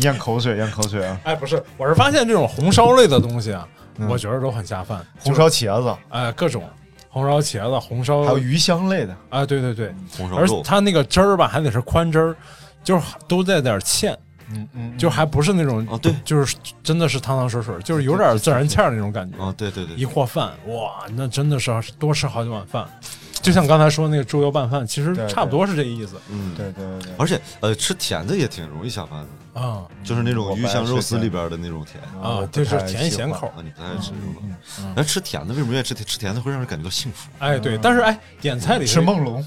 咽口水，咽口水啊！
哎，不是，我是发现这种红烧类的东西啊，我觉得都很下饭。
红烧茄子，
哎，各种红烧茄子、红烧
还有鱼香类的，
啊，对对对，
红烧
而且
肉，
它那个汁儿吧，还得是宽汁儿，就是都带点芡，
嗯嗯，
就还不是那种
哦对
就是真的是汤汤水水，就是有点孜然芡儿那种感觉。
啊，对对对，
一和饭，哇，那真的是多吃好几碗饭，就像刚才说那个猪油拌饭，其实
对对
差不多是这意思
嗯，
对对对
而且呃，吃甜的也挺容易下饭的，
啊
就是那
我
种
不
鱼
爱
香
吃
肉丝
甜
里边的那种甜。
啊，嗯就是甜咸口。
啊，你不太爱吃是吧？但吃甜的为什么愿意吃甜？吃甜的会让人感觉到幸福，
哎，对，但是哎，点菜里
吃梦 龙，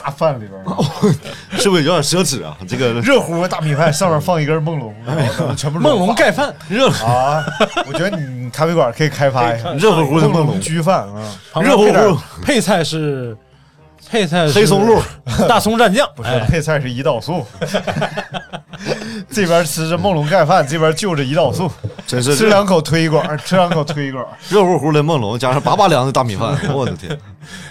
大饭里边儿。
是不是有点奢侈啊？这 个
热乎乎大米饭，上面放一根梦龙，然后全部是
梦龙盖饭，热
饭啊！我觉得你咖啡馆可以开发一下
热乎乎的
梦龙
梦龙，
焗饭啊，
旁边配点
热乎
配菜是配菜是
黑松露，
大葱蘸酱，
不是
哎，
配菜是胰岛素，这边吃着梦龙盖饭，这边就着胰岛素，
真是
吃两口推一管，吃两口推一管。
热乎乎的梦龙，加上拔拔凉的大米饭，我的 天！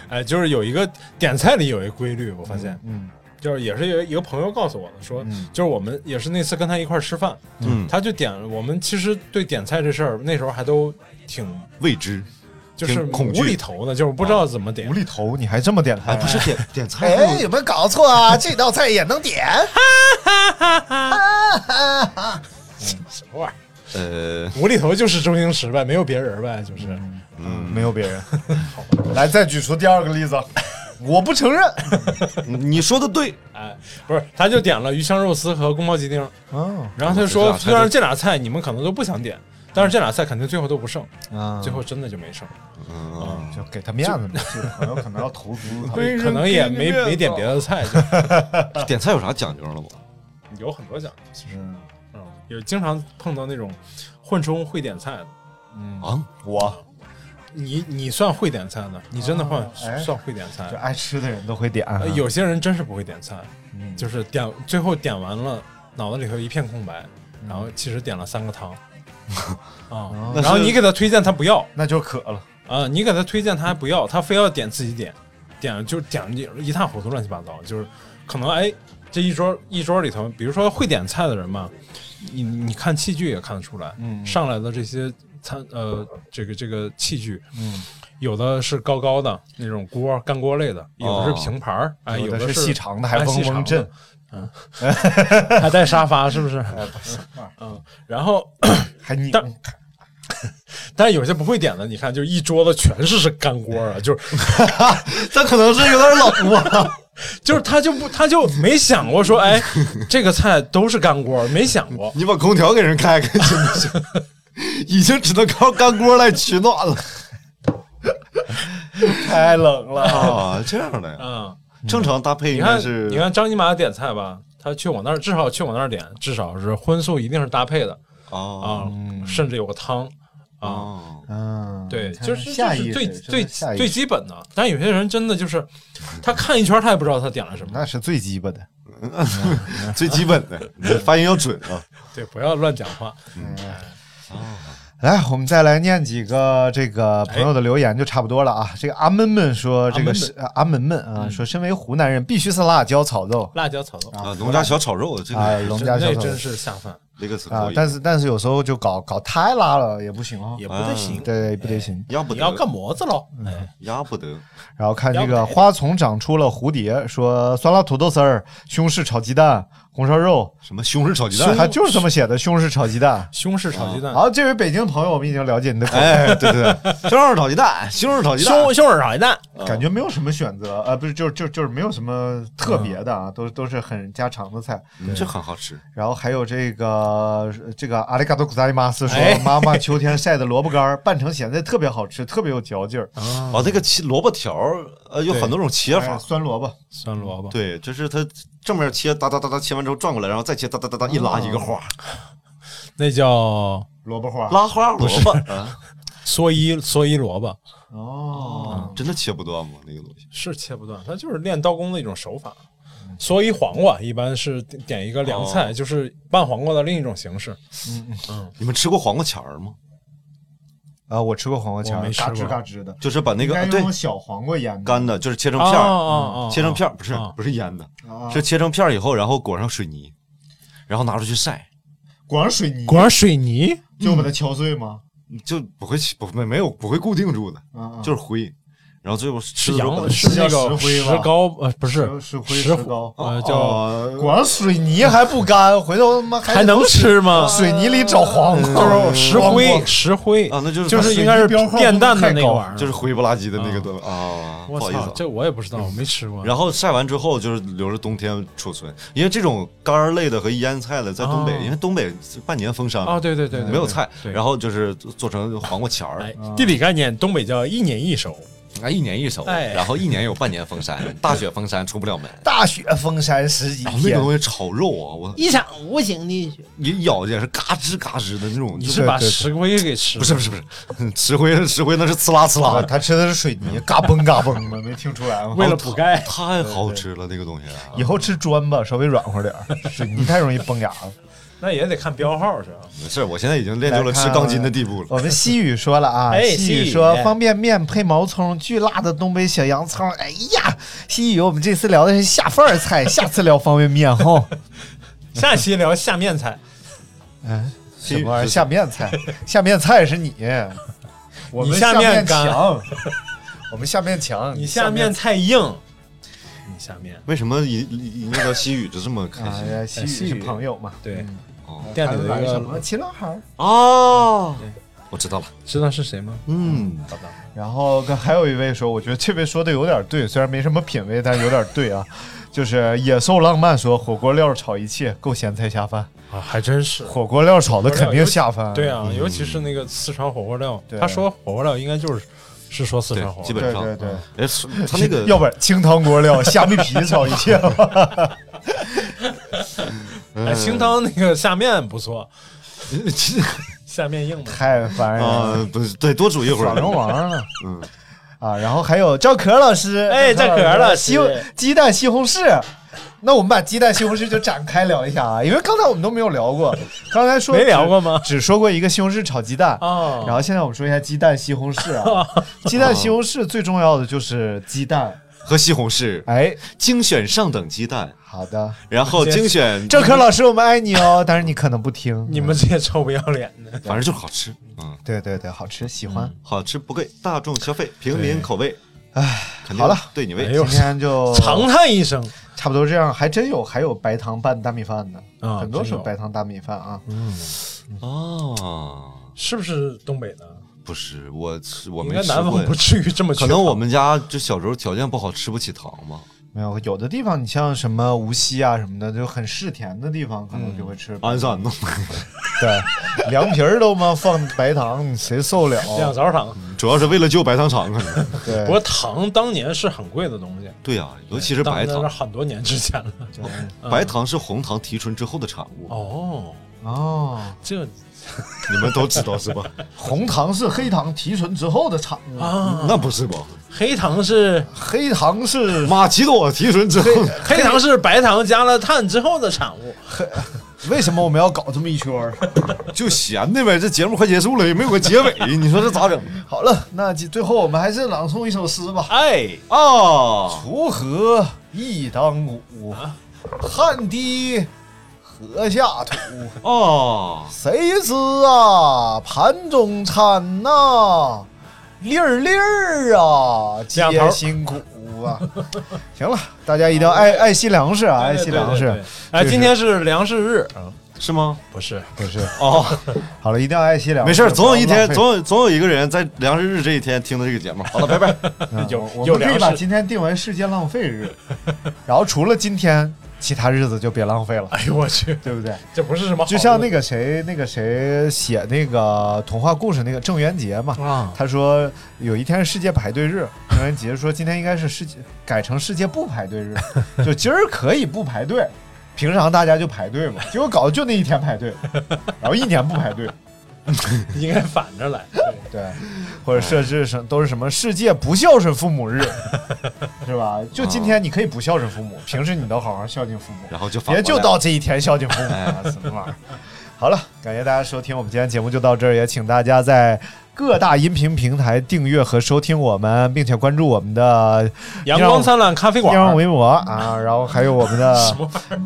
哎，就是有一个点菜里有一个规律，我发现，
嗯，
就是也是有一个朋友告诉我的，说、
嗯
就是我们也是那次跟他一块儿吃饭，
嗯
他就点我们其实对点菜这事儿那时候还都挺
未知，
就是
挺恐惧
无厘头的，就是不知道怎么点
无。厘头，你还这么点菜？
不是点 点菜，
哎，有没有搞错啊？这道菜也能点？
什么玩意儿？
呃，
啊无厘头就是周星驰呗，没有别人呗，就是。
嗯没有别人。来，再举出第二个例子。 我不承认。
呃你说的对，
哎，不是，他就点了鱼香肉丝和宫保鸡丁，
哦
然后他就
这
说，
俩菜都
虽然这俩菜你们可能都不想点，但是这俩菜肯定最后都不剩，
啊
最后真的就没剩，
就给他面子嘛，这个朋友可能要投资他。
可能也没没点别的菜， 就啊
点菜有啥讲究了吗？
有很多讲究，其实，
嗯
嗯，有经常碰到那种混充会点菜的，嗯
啊，
我
你你算会点菜的，你真的算
哎
算会点菜
就
的，
爱吃的人都会点。啊
呃有些人真是不会点菜，
嗯
就是点最后点完了，脑子里头一片空白，然后其实点了三个 汤，
哦
啊，然后你给他推荐他不要。
那就渴了。
啊，你给他推荐他还不要，他非要点自己点，点就点一塌糊涂乱七八糟，就是可能哎这一桌一桌里头，比如说会点菜的人嘛，你你看器具也看得出来，
嗯嗯
上来的这些餐呃这个这个器具，
嗯，
有的是高高的那种锅干锅类的，有的是平盘儿，哎，
哦有
有
的是
是
细长的还
哎
嗡
细
嗡
长的
震哎
嗯，还带沙发是不是？
啊
嗯，然后
还你
但但是有些不会点的，你看就一桌子全是是干锅啊，就是
这可能是有点老啊。
就是他就不他就没想过说，哎，这个菜都是干锅，没想 过。
你把空调给人开开行不 行？已经只能靠干锅来取暖了
太冷了。
啊！这样的呀，
嗯，
正常搭配
你
应该
看
是
你看张尼玛点菜吧，他去我那儿至少去我那儿点，至少是荤素一定是搭配的
啊
啊，甚至有个汤啊。
啊，
嗯，
对，就是这
下
是
意识
最
真的
最
下意识
最基本的，但有些人真的就是，他看一圈他也不知道他点了什么。
那是最鸡巴的。
最基本的，你这发音要准啊。
对，不要乱讲话。
来，我们再来念几个这个
哎
朋友的留言，就差不多了啊。这个阿闷闷说，这个是呃阿闷闷
嗯
啊，说身为湖南人，必须是辣椒炒肉
辣椒炒肉，
啊，农家小炒肉，这
哎
啊，
个
龙家小
那
炒肉
真是下饭，
那个词
啊
可。以，
但是但是有时候就搞搞太辣了也不行啊，
也不太行。哎
对，不得行。
压嗯不
你要
得
干，么子喽？哎，
压不得。
然后看这
要
个
不得
花丛长出了蝴蝶，说酸辣土豆丝儿、西红柿炒鸡蛋、红烧肉，
什么西红柿炒鸡蛋？
他就是这么写的，西红柿炒鸡蛋。
西红柿炒鸡蛋，
啊好，这位北京朋友，我们已经了解你的口味，
嗯哎，对对对，西红柿炒鸡蛋，西红柿炒鸡蛋，
西红柿炒鸡蛋，
感觉没有什么选择，呃，不是，就是就就是没有什么特别的啊，都都是很家常的菜。
嗯这很好吃。
然后还有这个这个阿里嘎多库萨里马斯说
哎，
妈妈秋天晒的萝卜干儿拌成咸菜特别好吃，特别有嚼劲儿。
啊，那个切萝卜条儿，呃，有
对
很多种切
哎
法。
酸萝卜，
酸萝卜，
对，就是它正面切，哒哒哒哒切完之后转过来，然后再切，哒哒哒哒一拉
啊
一个花，
那叫
萝卜花。
拉花萝卜，啊
蓑衣蓑衣萝卜
哦，
真的切不断吗？那个东西
是切不断，它就是练刀工的一种手法。蓑衣黄瓜一般是点点一个凉菜，就是拌黄瓜的另一种形式。
你们吃过黄瓜钱儿吗？嗯
啊，我吃过黄瓜
我
签，
没吃
嘎吱
过
嘎吱的，
就是把那个
应该
啊
用
对
那种小黄瓜腌的
干的，就是切成
哦
片儿，嗯
哦哦，
切成片
哦
儿，不是
哦
不是腌的，
啊，
是切成片儿以后，然后裹上水泥，然后拿出去晒，
裹上水泥，
裹上水泥，
就
嗯
把它敲碎吗？
嗯
就不会不没没有不会固定住的，
啊，啊
就是灰。然后最后
是
吃的时候把
羊
它
是那
叫
个
石
石
灰吧
膏呃不是
石石灰
石
石膏
呃叫
哦
裹上水泥还不干，回头他妈还
还
得
能吃吗？
水泥里找黄瓜，
就是石
黄
灰
瓜
石灰
啊那就是
就
把
是
水
应
泥
该是
标号
变
弄得
淡的
太
那个
高
玩意儿，
就是灰不拉几的那个东西啊，
嗯
不
我
好意思
操
啊，。
这我也不知道，我没吃过。
然后晒完之后就是留着冬天储存，因为这种干儿类的和腌菜的在东北，
哦
因为东北半年封山嘛
啊，对对对，对
没有菜，
对哎
然后就是做做成黄瓜钱儿
哎，地理概念，东北叫一年一收，
啊，一年一收，
哎
然后一年有半年封山，大雪封山出不了门。
大雪封山十几
哦
然后那
天
个，东西炒肉啊，我
一场无形的雪，
一咬也是嘎吱嘎吱的那种，
你
就是
把石灰给吃
不是不是不是，吃灰吃灰那是呲啦呲啦
啊，
的，
他吃的是水泥，嘎嘣嘎嘣的，没听出来吗？
哦为了补钙？
太好吃了那个东西啊。
以后吃砖吧，稍微软和点儿，水泥太容易崩牙了。
那也得看标号是吧？
没事，我现在已经练就了吃钢筋的地步了。
我们西语说了啊，
哎
西
西
语
语
说
哎
方便面配毛葱，巨辣的东北小洋葱。哎呀，西语我们这次聊的是下饭儿菜，下次聊方便面哦哈。
下期聊下面菜，
嗯
什么玩意儿？下面菜，下面菜是你， 我们
你下面
面
干
强，我们下面强，
你下面菜硬，你下面
为什么一一一念到西语就这么开
啊
心？，
哎
西语是朋友嘛？
对
哦
店里
还
的一
有什么
个
齐刘海儿，
哦，我知道了，
知道是谁吗？
嗯，
然后跟还有一位说，我觉得这位说的有点对，虽然没什么品味，但有点对啊。就是野兽浪漫说，火锅料炒一切够咸菜下饭，
啊，还真是。
火锅料炒的肯定下饭。
对
嗯
啊，尤其是那个四川火锅料
对，
他说火锅料应该就是是说四
对
川火，
基
锅料。
对
本上，
对对，
哎，是他那个
要不然清汤锅料、虾米皮炒一切吧。
嗯
哎，清汤那个下面不 错，
其实
下面硬 的。
太烦人了，
啊，不是，对，多煮一会
耍流
儿。
氓 了。
嗯，
啊，然后还有赵可老师，
哎赵可老师
西红鸡蛋西红柿。那我们把鸡蛋西红柿就展开聊一下 啊，因为刚才我们都没有聊过，刚才说
没
只
聊过吗
只说过一个西红柿炒鸡蛋
哦
然后现在我们说一下鸡蛋西红柿 啊，鸡蛋西红柿最重要的就是鸡蛋，
和西红柿，
哦哎，
精选上等鸡蛋，
好的，
然后精选，
赵可老师，我们爱你 哦，但是你可能不听，嗯
你们这些臭不要脸的，
反正就是好吃，嗯，
对对对，好吃，喜欢，
好吃不贵，大众消费，平民口味，唉，肯定
好了
对你
哎
胃。
呦
今，天
哦
就
长叹一声。
差不多这样，还真有还有白糖拌大米饭的，
啊
很多
真
是
有
白糖大米饭啊，
哦，
是不是东北的？
不是，我吃我
应
没
该
吃
南
过
方
呀
不至于这么缺
可
糖。
能我们家就小时候条件不好，吃不起糖嘛。
没有，有的地方你像什么无锡啊什么的，就很嗜甜的地方，可能就会吃。
嗯
鞍山弄的，
对， 凉皮儿都嘛放白糖，谁受 得
两
了？
勺糖，
主要是为了救白糖厂啊。
对
不，过糖当年是很贵的东西，
对呀、尤其是
当
白
年是
糖，
很多年之前了。
白糖是红糖提纯之后的产物，
哦，
哦，
这
你们都知道是吧？
红糖是黑糖提纯之后的产物，
啊，
那不是吧？
黑糖是
黑糖是
马奇朵提纯之后，
黑糖是白糖加了碳之后的产物。
为什么我们要搞这么一圈儿？
就闲的呗。这节目快结束了，也没有个结尾， 你说这咋整
好了，那就最后我们还是朗诵一首诗吧。
哎，
啊？
锄禾一当午，
啊
汗滴禾下土。
啊，
谁知啊，盘中餐呐、粒儿粒儿啊，
两头
皆辛苦啊。 行了，大家一定要爱爱惜粮食啊，爱惜粮
对。对
食
对。哎，
就是
今天是粮食日，啊
是吗？
不是
不 是，
哦，
好了，一定要爱惜粮食。
没事儿，总有一天，
不要浪费
总有总有一个人在粮食日这一天听到这 个节目。好了，拜拜。
嗯
有
我
有
们可以
粮
把
食。
今天定为世界浪费日，然后除了今天，其他日子就别浪费了，
哎呦我去，
对不对？
这不是什么好
就像那
个
个谁，那个谁写那个童话故事那个郑渊洁嘛，
啊，
他说有一天是世界排队日， 郑渊洁说今天应该是世界改成世界不排队日，就今儿可以不排队，平常大家就排队嘛，结果搞得就那一天排队，然后一年不排队，
应该反 着来。对
对，或者设置什都是什么世界不孝顺父母日，是吧？就今天你可以不孝顺父母，平时你都好好孝敬父母，
然后就反
别就
过来
到这一天孝敬父母啊，什么玩意儿？好了，感谢大家收听，我们今天节目就到这儿，也请大家在各大音频平台订阅和收听我们，并且关注我们的
阳光灿烂咖啡
新浪
馆，
微博啊，然后还有我们的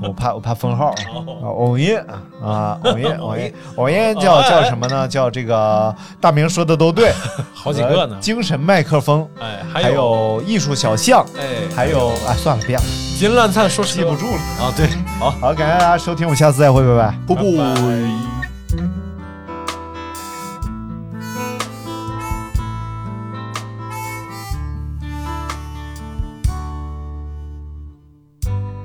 我怕我怕封号，啊偶音啊，偶音偶音偶音叫叫什么呢？叫这个大明说的都对，
好几个呢
呃。精神麦克风，
哎，
还有艺术小象，
哎，
还有啊，算了，别记
金烂灿说记
不住了。
啊，对，好，
好，感谢大家收听，我们下次再会，拜拜。
不不。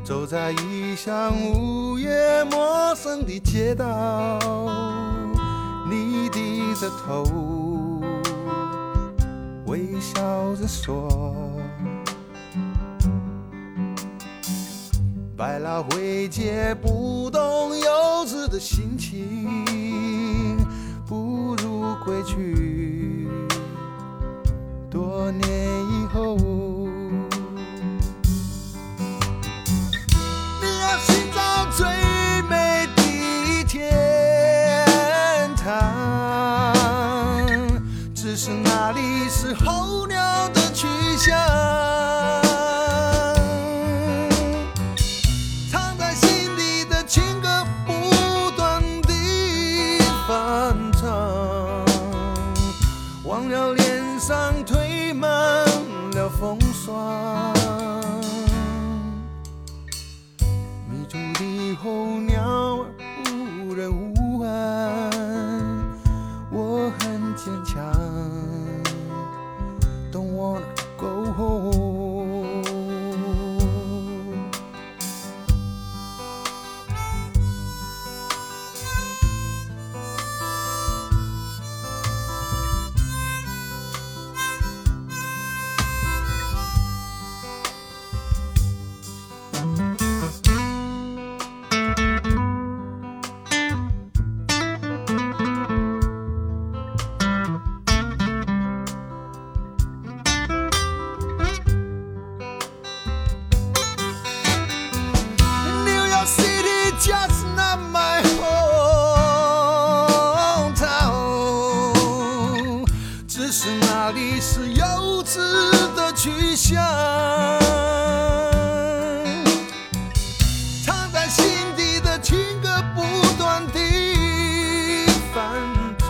走在异乡午夜陌生的街道，你低着头，微笑
着说，百老汇街不懂游子的心情，不如归去。多年以后，你要寻找最美的天堂，只是那里是候鸟的去向。藏在心底的情歌不断地翻唱，忘了脸上堆满了风霜。迷途的候鸟儿无人无岸，我很坚强。Don't wanna go home。New York City just not my hometown，只是那里是游子的去向，藏在心底的情歌不断地翻唱，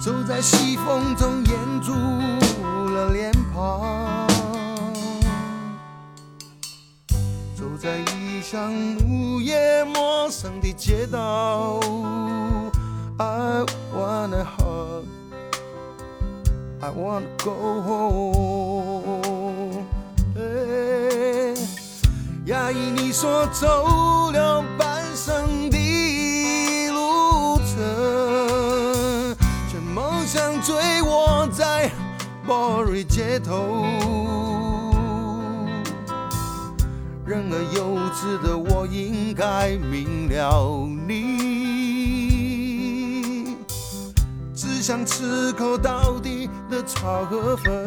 走在西风中掩住了脸庞。走在异乡午夜陌生的街道，I wanna hug, I wanna go home。哎压抑你说走了半生的路程，却梦想醉卧在 Bory 街头。任而幼稚的我应该明了你，只想吃口到底的炒河粉。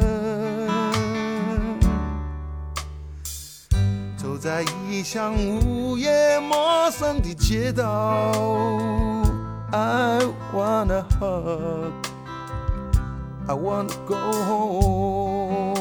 走在异乡午夜陌生的街道，I wanna hug, I wanna go home。